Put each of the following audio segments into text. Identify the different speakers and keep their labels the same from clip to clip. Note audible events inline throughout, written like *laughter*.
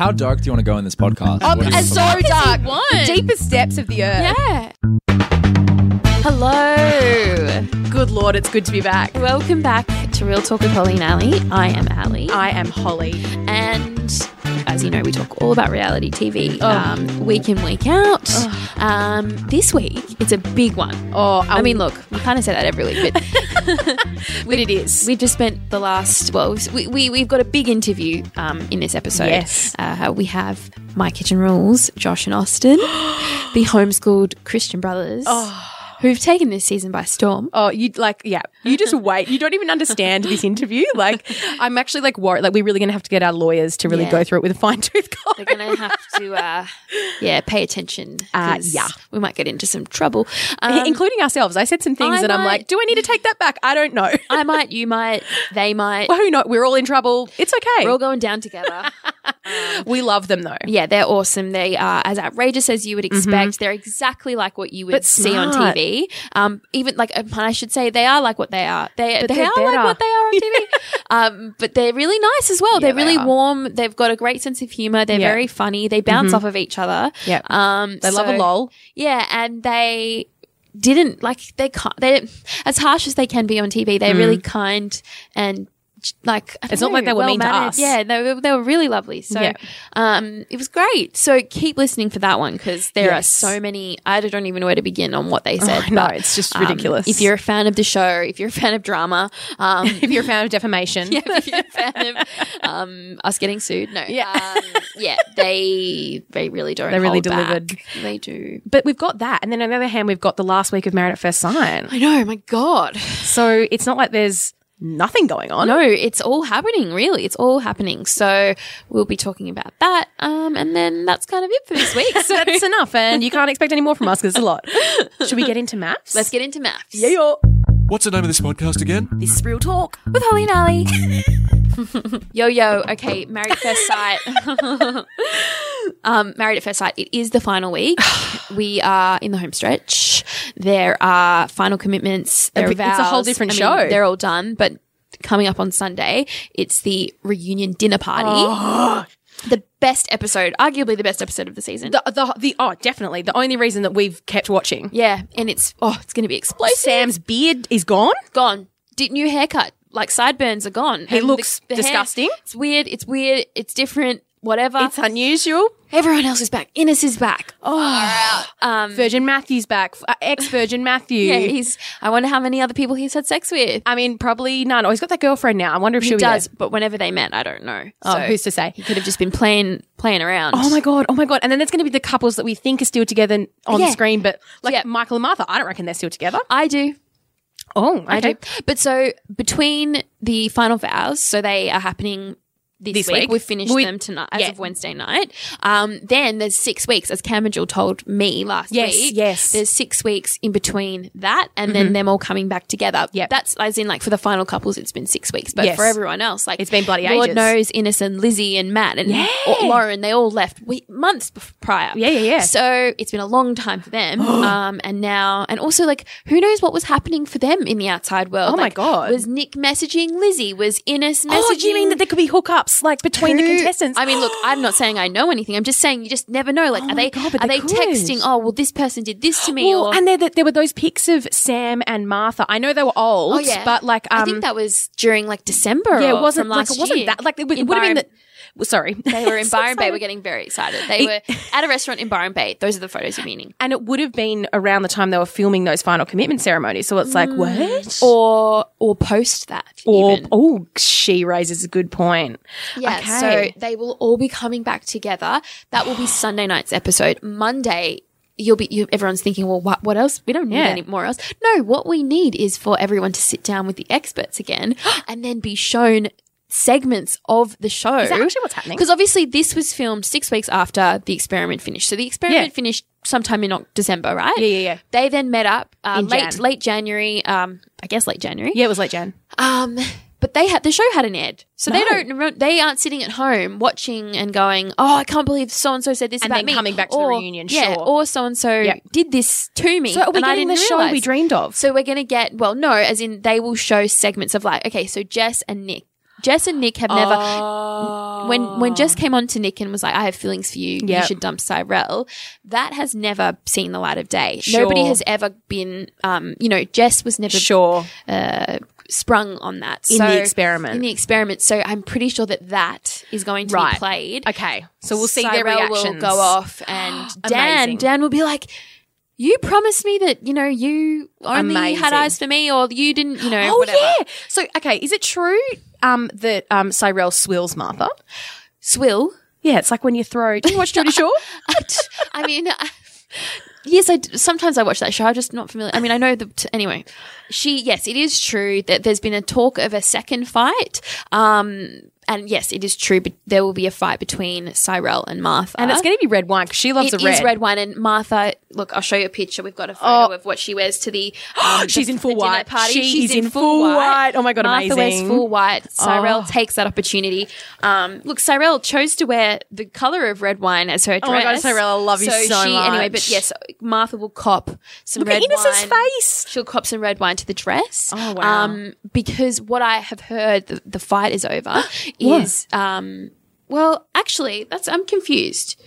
Speaker 1: How dark do you want to go in this podcast?
Speaker 2: Oh,
Speaker 1: What do you-
Speaker 2: as so dark.
Speaker 3: want.
Speaker 2: The deepest depths of the earth.
Speaker 3: Yeah. Hello.
Speaker 2: Good lord, it's good to be back.
Speaker 3: Welcome back to Real Talk with Holly and Ali. I am Ali.
Speaker 2: I am Holly.
Speaker 3: and as you know, we talk all about reality TV
Speaker 2: Oh.
Speaker 3: um, week in, week out. Um, this week, it's a big one.
Speaker 2: Oh,
Speaker 3: I mean, look, we kind of say that every week, but *laughs*
Speaker 2: but it is.
Speaker 3: we've just spent the last, well, we, we, we've got a big interview um, in this episode.
Speaker 2: Yes.
Speaker 3: Uh, we have My Kitchen Rules, Josh and *gasps* Austin, the homeschooled Christian brothers. Who've taken this season by storm?
Speaker 2: Oh, you like, yeah. You
Speaker 3: *laughs*
Speaker 2: just wait. You don't even understand this interview. Like, I'm actually like worried. Like, we're really going to have to get our lawyers to really
Speaker 3: Yeah.
Speaker 2: go through it with a fine *laughs* tooth comb.
Speaker 3: They're going to have to, uh, yeah, pay attention. 'cause
Speaker 2: yeah.
Speaker 3: we might get into some trouble. *laughs* Um,
Speaker 2: Including ourselves. I said some things
Speaker 3: I
Speaker 2: and I'm
Speaker 3: might-
Speaker 2: like, do I need to take that back? I don't know. *laughs*
Speaker 3: I might, you might, they might.
Speaker 2: Who knows? We're all in trouble. It's okay.
Speaker 3: We're all going down *laughs* together.
Speaker 2: we love them though.
Speaker 3: yeah, they're awesome. They are as outrageous as you would expect. They're exactly like what you would
Speaker 2: Mm-hmm. But
Speaker 3: see on
Speaker 2: smart.
Speaker 3: TV. Um, even like um, I should say, they are like what they are. They
Speaker 2: But
Speaker 3: they
Speaker 2: they're
Speaker 3: are
Speaker 2: better.
Speaker 3: like what they are
Speaker 2: *laughs*
Speaker 3: on TV. um, but they're really nice as well. they're
Speaker 2: they
Speaker 3: really
Speaker 2: are.
Speaker 3: warm. They've got a great sense of humor. They're
Speaker 2: Yeah. Mm-hmm.
Speaker 3: very funny. They bounce off of each other.
Speaker 2: Yeah.
Speaker 3: Um,
Speaker 2: They love a
Speaker 3: so-
Speaker 2: lol.
Speaker 3: Yeah, and they didn't like they can't. They didn't, as harsh as they can be on TV. They're really kind and like I
Speaker 2: Mm. It's
Speaker 3: don't
Speaker 2: not like
Speaker 3: know,
Speaker 2: they were mean to
Speaker 3: well-mannered.
Speaker 2: us.
Speaker 3: Yeah, they were, they were really lovely. So
Speaker 2: Yeah.
Speaker 3: um, it was great. So keep listening for that one because there
Speaker 2: Yes.
Speaker 3: are so many. I don't even know where to begin on what they
Speaker 2: *laughs*
Speaker 3: said.
Speaker 2: No,
Speaker 3: but,
Speaker 2: it's just
Speaker 3: um,
Speaker 2: ridiculous.
Speaker 3: if you're a fan of the show, if you're a fan of drama, um, *laughs*
Speaker 2: if you're a fan of *laughs* defamation,
Speaker 3: yeah, if you're a fan of um, us getting sued, no,
Speaker 2: Yeah.
Speaker 3: um, yeah, they they really don't.
Speaker 2: They really
Speaker 3: hold
Speaker 2: delivered.
Speaker 3: back. They do.
Speaker 2: But we've got that. And then on the other hand, we've got the last week of Married at First Sight.
Speaker 3: I know. My God.
Speaker 2: So it's not like there's nothing going on. *laughs*
Speaker 3: No, it's all happening, really. It's all happening. So we'll be talking about that. Um, and then that's kind of it
Speaker 2: *laughs*
Speaker 3: for this week. So
Speaker 2: That's enough. And you can't expect any more from us because it's a lot. Should we get into maths?
Speaker 3: let's get into maths.
Speaker 2: Yeah, yo.
Speaker 4: What's the name of this podcast again?
Speaker 2: This is real talk.
Speaker 3: With Holly and Ali. yo, yo. Okay, Married at
Speaker 2: *laughs*
Speaker 3: First Sight. um, Married at First Sight. It is the final week. We are in the home stretch. There are final commitments. There are
Speaker 2: It's a whole
Speaker 3: vows.
Speaker 2: different
Speaker 3: I
Speaker 2: show.
Speaker 3: Mean, they're all done, but coming up on Sunday, it's the reunion dinner party.
Speaker 2: *gasps*
Speaker 3: The best episode, arguably the best episode of the season.
Speaker 2: The, the, the, oh, definitely. The only reason that we've kept watching.
Speaker 3: Yeah, and it's oh, it's going to be explosive.
Speaker 2: Sam's beard is gone.
Speaker 3: gone. Did new haircut. Like sideburns are gone. He
Speaker 2: looks disgusting.
Speaker 3: it's weird. It's weird. It's different. Whatever.
Speaker 2: It's unusual.
Speaker 3: Everyone else is back. Innes is back. Oh,
Speaker 2: Virgin Matthew's back. Ex Virgin *laughs* Matthew.
Speaker 3: yeah. He's. I wonder how many other people he's had sex with.
Speaker 2: I mean, probably none. Oh, he's got that girlfriend now. I wonder if
Speaker 3: He
Speaker 2: she'll
Speaker 3: does,
Speaker 2: be
Speaker 3: but whenever they met, I don't know.
Speaker 2: there. Oh, who's to say?
Speaker 3: he could have just been playing playing around.
Speaker 2: Oh my god! Oh my god! And then there's going to be the couples that we think are still together on
Speaker 3: Yeah.
Speaker 2: screen, but like
Speaker 3: Yeah.
Speaker 2: Michael and Martha, I don't reckon they're still together.
Speaker 3: I do.
Speaker 2: Oh, okay.
Speaker 3: I do. But so between the final vows, so they are happening this,
Speaker 2: This
Speaker 3: week.
Speaker 2: week.
Speaker 3: We've finished
Speaker 2: We-
Speaker 3: them tonight as
Speaker 2: yeah.
Speaker 3: of Wednesday night. Um, then there's six weeks, as Cam and Jill told me last
Speaker 2: Yes,
Speaker 3: week.
Speaker 2: yes. Mm-hmm.
Speaker 3: There's six weeks in between that and then them all coming back together.
Speaker 2: Yep.
Speaker 3: That's as in like for the final couples it's been six weeks. But
Speaker 2: Yes.
Speaker 3: for everyone else, like
Speaker 2: It's been bloody
Speaker 3: Lord
Speaker 2: ages.
Speaker 3: knows Innes and Lizzie and Matt and or Lauren, they all left we- months bef- prior.
Speaker 2: Yeah, yeah, yeah.
Speaker 3: So it's been a long time
Speaker 2: *gasps*
Speaker 3: for them. um, and now, and also like, who knows what was happening for them in the outside world?
Speaker 2: Oh my
Speaker 3: Like,
Speaker 2: God.
Speaker 3: Was Nick messaging Lizzie? Was Innes messaging?
Speaker 2: Oh, do you mean that there could be hookups like between the
Speaker 3: who-
Speaker 2: contestants? Oh
Speaker 3: I mean, look, I'm not saying I know anything. I'm just saying you just never know. Like, are
Speaker 2: my
Speaker 3: they
Speaker 2: God, but
Speaker 3: are
Speaker 2: they
Speaker 3: they,
Speaker 2: could.
Speaker 3: texting? Oh, well, this person did this to me.
Speaker 2: Well,
Speaker 3: or
Speaker 2: and there, there were those pics of Sam and Martha. I know they were old,
Speaker 3: oh, yeah.
Speaker 2: but like, um,
Speaker 3: I think that was during like December.
Speaker 2: yeah,
Speaker 3: or
Speaker 2: it wasn't
Speaker 3: from
Speaker 2: like
Speaker 3: last
Speaker 2: it wasn't
Speaker 3: year.
Speaker 2: that like it,
Speaker 3: In
Speaker 2: would have been
Speaker 3: Byron-
Speaker 2: the. Well, sorry, *laughs*
Speaker 3: They *laughs* were in
Speaker 2: So
Speaker 3: Byron Bay.
Speaker 2: sorry.
Speaker 3: We're getting very excited. They were at a restaurant in Byron Bay. Those are the photos you're meaning.
Speaker 2: and it would have been around the time they were filming those final commitment ceremonies. So it's like, what?
Speaker 3: Or or post that.
Speaker 2: Or
Speaker 3: Mm, even.
Speaker 2: oh, she raises a good point.
Speaker 3: Yeah,
Speaker 2: Okay.
Speaker 3: so they will all be coming back together. That will be Sunday night's episode. Monday, you'll be you, everyone's thinking, well, what, what else? We don't need
Speaker 2: Yeah.
Speaker 3: any more else. No, what we need is for everyone to sit down with the experts
Speaker 2: *gasps*
Speaker 3: again and then be shown segments of the show.
Speaker 2: Is that actually what's happening?
Speaker 3: Because obviously this was filmed six weeks after the experiment finished. So the experiment
Speaker 2: Yeah.
Speaker 3: finished sometime in Oc- December, right?
Speaker 2: Yeah, yeah, yeah.
Speaker 3: They then met up uh,
Speaker 2: In
Speaker 3: late
Speaker 2: Jan.
Speaker 3: late January, um, I guess late January.
Speaker 2: Yeah, it was like Jan.
Speaker 3: Um, but they had the show hadn't aired, so they
Speaker 2: No.
Speaker 3: don't. rem- They aren't sitting at home watching and going, "Oh, I can't believe so and so said this
Speaker 2: And
Speaker 3: about
Speaker 2: then
Speaker 3: me."
Speaker 2: coming back to the reunion,
Speaker 3: yeah,
Speaker 2: sure.
Speaker 3: or so and so
Speaker 2: Yep.
Speaker 3: did this to me.
Speaker 2: So are we
Speaker 3: and I
Speaker 2: getting the
Speaker 3: didn't
Speaker 2: show we
Speaker 3: realise."
Speaker 2: dreamed of?
Speaker 3: So we're gonna get well, no, as in they will show segments of like, okay, so Jess and Nick, Jess and Nick have never
Speaker 2: Oh.
Speaker 3: when when Jess came on to Nick and was like, "I have feelings for you.
Speaker 2: Yep.
Speaker 3: You should dump Cyrell." That has never seen the light of day.
Speaker 2: Sure.
Speaker 3: Nobody has ever been, um, you know, Jess was never
Speaker 2: Sure.
Speaker 3: uh, sprung on that
Speaker 2: In the experiment.
Speaker 3: In the experiment, so I'm pretty sure that that is going to
Speaker 2: Right.
Speaker 3: be played.
Speaker 2: Okay. So we'll see their
Speaker 3: Cyrell
Speaker 2: reactions.
Speaker 3: Will
Speaker 2: *gasps*
Speaker 3: go off, and
Speaker 2: Amazing.
Speaker 3: Dan Dan will be like. You promised me that you know you only
Speaker 2: Amazing.
Speaker 3: had eyes for me, or you didn't, you know,
Speaker 2: Oh
Speaker 3: whatever.
Speaker 2: yeah. So okay, is it true um, that um, Cyrell swills Martha?
Speaker 3: Swill,
Speaker 2: *laughs*
Speaker 3: *laughs*
Speaker 2: Yeah, it's like when you throw. Do you watch *laughs* Geordie Shore?
Speaker 3: I mean, *laughs* I- yes, I d- sometimes I watch that show. I'm just not familiar. I mean, I know the t- anyway. She, yes, it is true that there's been a talk of a second fight. Um, and yes, it is true, but there will be a fight between Cyrell and Martha.
Speaker 2: and it's going to be red wine because she loves the
Speaker 3: It is
Speaker 2: red. Oh.
Speaker 3: red wine, and Martha. Look, I'll show you a picture. We've got a photo of what she wears to the.
Speaker 2: *gasps*
Speaker 3: Um,
Speaker 2: She's
Speaker 3: the-
Speaker 2: in full
Speaker 3: the dinner
Speaker 2: white.
Speaker 3: party.
Speaker 2: She
Speaker 3: She's
Speaker 2: is in full white. Oh my God,
Speaker 3: Martha
Speaker 2: amazing. Oh.
Speaker 3: wears full white. Cyrell takes that opportunity. Um, look, Cyrell chose to wear the color of red wine as her dress.
Speaker 2: Oh my God, Cyrell, I love you so
Speaker 3: Anyway,
Speaker 2: much.
Speaker 3: but yes, Martha will cop some
Speaker 2: Look
Speaker 3: red
Speaker 2: at Ines'
Speaker 3: wine.
Speaker 2: face.
Speaker 3: She'll cop some red wine to the dress.
Speaker 2: Oh, wow.
Speaker 3: Um, because what I have heard, the, the fight is over.
Speaker 2: *gasps*
Speaker 3: is um, well, actually, that's I'm confused.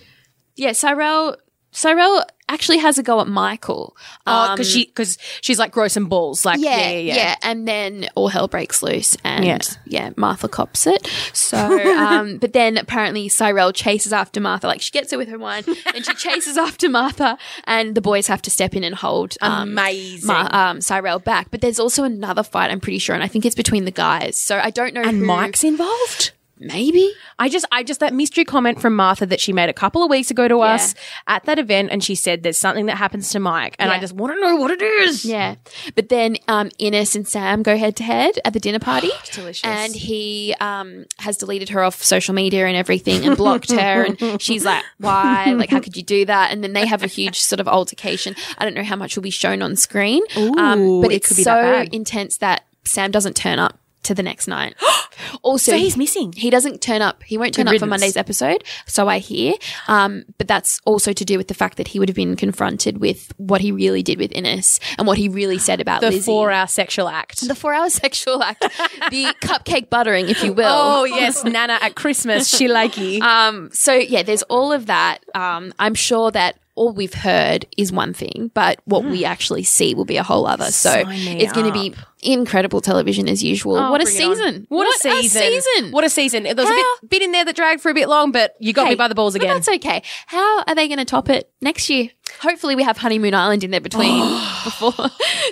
Speaker 3: Yeah, Cyrell. Cyrell actually has a go at Michael.
Speaker 2: Oh,
Speaker 3: Um,
Speaker 2: because she because she's like gross and balls. Like yeah, yeah, yeah.
Speaker 3: and then all hell breaks loose, and
Speaker 2: Yeah.
Speaker 3: yeah, Martha cops it. So,
Speaker 2: *laughs*
Speaker 3: um, but then apparently Cyrell chases after Martha. Like she gets her with her wine, and she chases *laughs* after Martha, and the boys have to step in and hold um,
Speaker 2: Amazing.
Speaker 3: Ma- um, Cyrell back. But there's also another fight. I'm pretty sure, and I think it's between the guys. So I don't know.
Speaker 2: and
Speaker 3: who-
Speaker 2: Mike's involved.
Speaker 3: maybe.
Speaker 2: I just, I just that mystery comment from Martha that she made a couple of weeks ago to us at that event, and she said there's something that happens to Mike, and I
Speaker 3: Yeah.
Speaker 2: just want to know what it is.
Speaker 3: Yeah. But then um, Ines and Sam go head to head at the dinner party.
Speaker 2: *gasps* delicious.
Speaker 3: And he um, has deleted her off social media and everything and blocked her.
Speaker 2: *laughs*
Speaker 3: And she's like, why? Like, how could you do that? And then they have a huge sort of altercation. I don't know how much will be shown on screen. Um,
Speaker 2: Ooh,
Speaker 3: but
Speaker 2: it
Speaker 3: it's
Speaker 2: could be
Speaker 3: so
Speaker 2: that bad.
Speaker 3: intense that Sam doesn't turn up to the
Speaker 2: *gasps*
Speaker 3: next night. *gasps* also,
Speaker 2: So he's missing.
Speaker 3: He doesn't turn up. He won't turn
Speaker 2: Good
Speaker 3: up for
Speaker 2: riddance.
Speaker 3: Monday's episode, so I hear. Um, but that's also to do with the fact that he would have been confronted with what he really did with Innes and what he really said about
Speaker 2: The
Speaker 3: Lizzie.
Speaker 2: four-hour sexual act.
Speaker 3: the four-hour sexual
Speaker 2: *laughs*
Speaker 3: act, the cupcake buttering, if you will.
Speaker 2: oh yes, Nana at Christmas, *laughs* she likey.
Speaker 3: Um, so yeah, there's all of that. Um, I'm sure that all we've heard is one thing, but what we actually see will be a whole other. So
Speaker 2: Hmm. Sign me
Speaker 3: it's going to be incredible television as usual.
Speaker 2: Oh,
Speaker 3: what a
Speaker 2: bring it on.
Speaker 3: season!
Speaker 2: What, a season! What a season! There was
Speaker 3: How-
Speaker 2: a bit, bit in there that dragged for a bit long, but you got me
Speaker 3: Hey,
Speaker 2: by the balls
Speaker 3: but
Speaker 2: again.
Speaker 3: that's okay. How are they going to top it next year? Hopefully, we have Honeymoon Island in
Speaker 2: *gasps*
Speaker 3: there between before.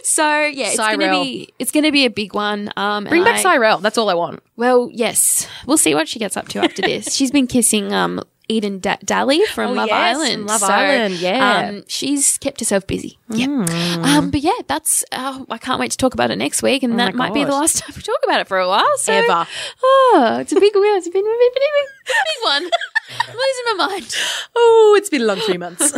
Speaker 3: So yeah, it's going to
Speaker 2: Cyrell.
Speaker 3: be it's going to be a big one. Um,
Speaker 2: Bring
Speaker 3: and
Speaker 2: back
Speaker 3: I-
Speaker 2: Cyrell. That's all I *laughs* want.
Speaker 3: Well, yes, we'll see what she gets up to after this.
Speaker 2: *laughs*
Speaker 3: She's been kissing um Eden da- Daly from
Speaker 2: Oh,
Speaker 3: Love
Speaker 2: yes,
Speaker 3: Island.
Speaker 2: from Love Island, yeah. Hmm.
Speaker 3: um, she's kept herself busy. Yeah. Um, but yeah, that's oh, I can't wait to talk about it next week, and
Speaker 2: Oh my
Speaker 3: that might be the
Speaker 2: God.
Speaker 3: last time we talk about it for a while. So
Speaker 2: Ever.
Speaker 3: Oh, it's a big win. It's a big, big, big, big, *laughs* big one. I'm losing my mind.
Speaker 2: Oh, it's been a long three months.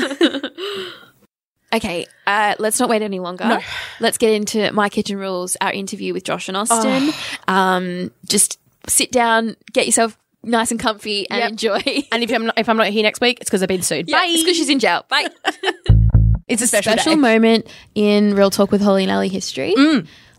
Speaker 3: Okay, uh, let's not wait any longer. Let's get into My Kitchen Rules, our interview with Josh and Austin. Um, just sit down, get yourself nice and comfy, and
Speaker 2: Yep.
Speaker 3: enjoy.
Speaker 2: *laughs* and if I'm not, if I'm not here next week, it's because I've been sued.
Speaker 3: *laughs* Yeah,
Speaker 2: Bye.
Speaker 3: It's because she's in jail. Bye.
Speaker 2: It's a special,
Speaker 3: Special
Speaker 2: day.
Speaker 3: moment in Real Talk with Holly and Ellie history.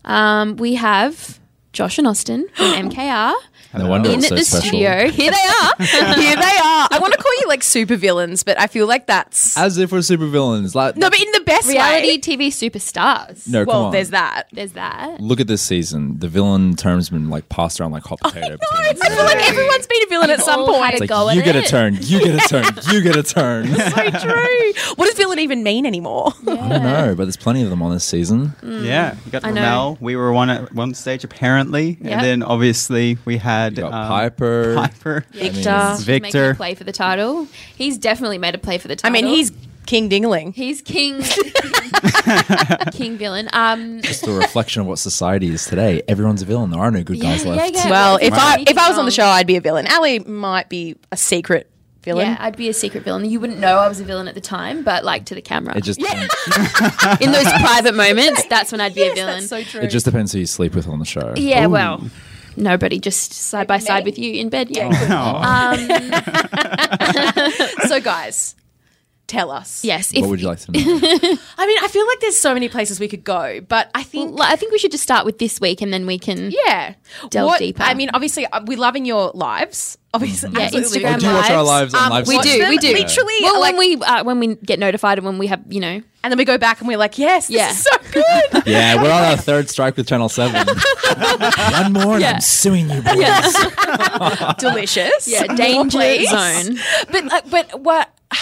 Speaker 3: Um, we have Josh and Austin *gasps* from MKR
Speaker 1: No wonder
Speaker 3: in
Speaker 1: it's so
Speaker 3: the
Speaker 1: special.
Speaker 3: studio. Here *laughs* they are.
Speaker 2: *laughs* Here they are. I want to call you like super villains, but I feel like that's
Speaker 1: As if we're supervillains. Like,
Speaker 2: no, but in the best
Speaker 3: Reality
Speaker 2: Way.
Speaker 3: TV superstars.
Speaker 1: no, come
Speaker 2: Well,
Speaker 1: on.
Speaker 2: there's that.
Speaker 3: There's that.
Speaker 1: Look at this season. The villain term's been like passed around like hot
Speaker 3: Oh,
Speaker 1: potato. between
Speaker 2: I feel like everyone's been a villain at some *laughs*
Speaker 3: all had
Speaker 2: point.
Speaker 3: a
Speaker 1: It's
Speaker 3: go
Speaker 1: like
Speaker 3: at
Speaker 1: you get a
Speaker 3: it.
Speaker 1: turn, you get a
Speaker 3: *laughs*
Speaker 1: turn, you get a turn. I
Speaker 2: True. What does villain even mean anymore?
Speaker 1: don't know, but there's plenty of them on this season.
Speaker 3: Mm.
Speaker 5: Yeah, you got
Speaker 3: Mm-hmm. I know.
Speaker 5: Ramel. We were one at one stage apparently,
Speaker 3: Yeah.
Speaker 5: and then obviously we had
Speaker 1: You got
Speaker 5: um,
Speaker 1: Piper.
Speaker 3: *laughs*
Speaker 5: Piper.
Speaker 1: Victor.
Speaker 5: Victor.
Speaker 3: Making a play for the title. He's definitely made a play for the
Speaker 2: I
Speaker 3: title.
Speaker 2: mean, he's King Dingling. *laughs*
Speaker 3: He's king, king villain. Um,
Speaker 1: It's the reflection of what society is today. Everyone's a villain. There are no good guys
Speaker 3: Yeah, yeah,
Speaker 1: left.
Speaker 3: yeah.
Speaker 2: Well,
Speaker 3: Right.
Speaker 2: if I um, if I was on the
Speaker 3: Wrong.
Speaker 2: show, I'd be a villain. Ali might be a secret villain. *laughs*
Speaker 3: yeah, I'd be a secret villain. You wouldn't know I was a villain at the time, but like to the camera,
Speaker 1: It just *laughs*
Speaker 3: in those
Speaker 2: *laughs*
Speaker 3: private moments, that's when I'd be a villain.
Speaker 2: true.
Speaker 1: it just depends who you sleep with on the show.
Speaker 3: yeah, well, nobody just side by side
Speaker 1: Oh.
Speaker 3: with you in bed. Yeah,
Speaker 5: Oh,
Speaker 3: um,
Speaker 2: so, guys, tell us.
Speaker 3: Yes.
Speaker 1: what would you like to
Speaker 3: *laughs*
Speaker 1: know?
Speaker 2: I mean, I feel like there's so many places we could go, but I think
Speaker 3: Well, I think we should just start with this week, and then we can.
Speaker 2: yeah,
Speaker 3: Delve deeper.
Speaker 2: I mean, obviously, uh, we're loving your lives. *laughs* Obviously,
Speaker 3: Yeah,
Speaker 2: absolutely.
Speaker 3: Instagram
Speaker 1: do you watch our lives on
Speaker 2: Um,
Speaker 1: live
Speaker 3: We
Speaker 2: Watch
Speaker 1: stream?
Speaker 3: do,
Speaker 2: them
Speaker 3: we do.
Speaker 2: literally,
Speaker 3: Well,
Speaker 2: like-
Speaker 3: when we uh, when we get notified and when we have, you know,
Speaker 2: And then we go back and we're like, yes, this
Speaker 3: Yeah.
Speaker 2: is so
Speaker 3: *laughs*
Speaker 2: good.
Speaker 1: Yeah, we're on our third strike with Channel 7. *laughs* One more and I'm suing you, boys.
Speaker 2: Delicious.
Speaker 3: yeah,
Speaker 2: More
Speaker 3: danger
Speaker 2: please.
Speaker 3: zone.
Speaker 2: But uh, but what? *sighs*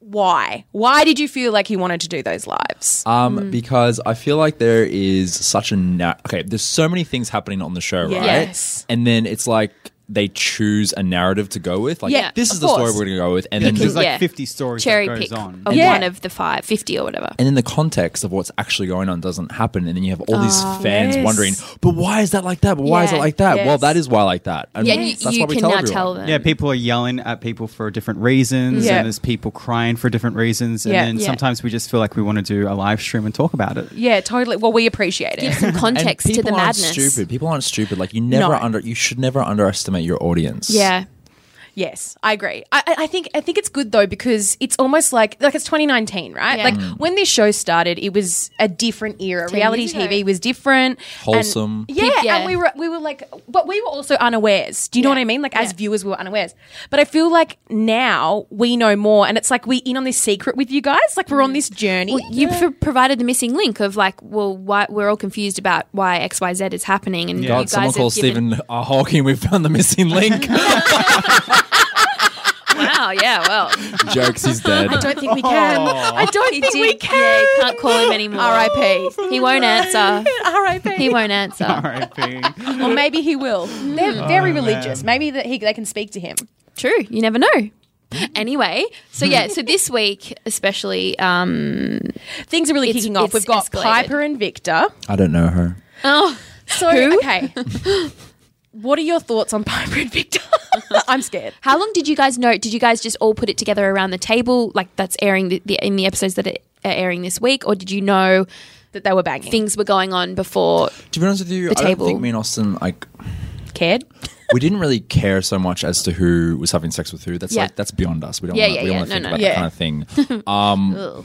Speaker 2: Why? Why did you feel like you wanted to do those lives?
Speaker 1: Um, Because I feel like there is such a na- okay. There's so many things happening on the show, right?
Speaker 2: Yes.
Speaker 1: And then it's like they choose a narrative to go with. Like
Speaker 2: Yeah,
Speaker 1: this
Speaker 2: of
Speaker 1: is the story
Speaker 2: course.
Speaker 1: we're gonna go with, and then
Speaker 5: Because there's
Speaker 1: just,
Speaker 5: like
Speaker 3: Yeah.
Speaker 5: 50 stories
Speaker 3: Cherry Oh.
Speaker 5: that goes
Speaker 3: pick
Speaker 5: on.
Speaker 3: of
Speaker 2: Yeah.
Speaker 3: one of the five, 50 or whatever.
Speaker 1: and then the context of what's actually going on doesn't happen, and then you have all these fans
Speaker 2: Yes.
Speaker 1: wondering, but why is that like that? But why is
Speaker 3: Yeah,
Speaker 1: it like that? Well,
Speaker 2: yes.
Speaker 1: that is why like that. And
Speaker 3: yeah, you, you can now
Speaker 1: everyone.
Speaker 3: tell them.
Speaker 5: yeah, people are yelling at people for different reasons,
Speaker 2: Yeah.
Speaker 5: and there's people crying for different reasons, and
Speaker 2: Yeah.
Speaker 5: then
Speaker 3: Yeah.
Speaker 5: sometimes we just feel like we want to do a live stream and talk
Speaker 3: *laughs*
Speaker 5: about it.
Speaker 2: yeah, totally. Well, we appreciate it.
Speaker 3: Give some
Speaker 1: *laughs* And
Speaker 3: context to the
Speaker 1: people aren't
Speaker 3: madness.
Speaker 1: Stupid people aren't stupid. Like you never
Speaker 2: No.
Speaker 1: under you should never underestimate your audience.
Speaker 3: Yeah.
Speaker 2: Yes, I agree. I, I I think I think it's good though because it's almost like like it's 2019, right?
Speaker 3: Yeah.
Speaker 2: Like when this show started, it was a different era. Reality
Speaker 3: years ago.
Speaker 2: TV was different, and-
Speaker 1: Wholesome.
Speaker 2: yeah,
Speaker 3: Yeah.
Speaker 2: and we were we were like, but we were also unawares. Do you know
Speaker 3: Yeah.
Speaker 2: what I mean? Like as
Speaker 3: Yeah.
Speaker 2: viewers, we were unawares. But I feel like now we know more, and it's like we in on this secret with you guys. Like we're on this journey.
Speaker 3: Well, you pro- provided the missing link of like, well, why we're all confused about why X Y Z is happening, and you
Speaker 1: God,
Speaker 3: guys
Speaker 1: someone
Speaker 3: have
Speaker 1: called
Speaker 3: given-
Speaker 1: Stephen uh, Hawking. We found the missing
Speaker 3: *laughs*
Speaker 1: link.
Speaker 3: Wow, yeah,
Speaker 1: *laughs*
Speaker 3: well,
Speaker 1: Jokes. He's dead.
Speaker 2: I don't think we can. I don't
Speaker 3: He
Speaker 2: think
Speaker 3: did-
Speaker 2: we
Speaker 3: Yeah,
Speaker 2: can.
Speaker 3: you can't call him anymore.
Speaker 2: R.I.P.
Speaker 3: He won't answer.
Speaker 2: R.I.P.
Speaker 3: He won't answer.
Speaker 5: R.I.P.
Speaker 2: or maybe he will. They're very religious. Maybe that he they can speak to him.
Speaker 3: True. You never know. Anyway, so yeah, so this week especially, um,
Speaker 2: Things are really
Speaker 3: It's-
Speaker 2: kicking off.
Speaker 3: it's
Speaker 2: We've got
Speaker 3: escalated.
Speaker 2: Piper and Victor.
Speaker 1: I don't know her.
Speaker 3: oh,
Speaker 2: So
Speaker 3: Who?
Speaker 2: okay, *laughs* what are your thoughts on Piper and Victor? *laughs* I'm scared.
Speaker 3: how long did you guys know? Did you guys just all put it together around the table, like that's airing the, the, in the episodes that are airing this week, or did you know
Speaker 2: That they were banging.
Speaker 3: things were going on before?
Speaker 1: To be honest with you, I
Speaker 3: table.
Speaker 1: don't think me and Austin like
Speaker 2: Cared.
Speaker 1: we didn't really care so much as to who was having sex with who. That's
Speaker 3: Yeah.
Speaker 1: like that's beyond us. We don't
Speaker 3: Yeah,
Speaker 1: wanna,
Speaker 3: yeah,
Speaker 1: we don't
Speaker 3: yeah.
Speaker 1: wanna
Speaker 3: No,
Speaker 1: think
Speaker 3: no,
Speaker 1: about
Speaker 2: no.
Speaker 1: that kind of
Speaker 3: *laughs*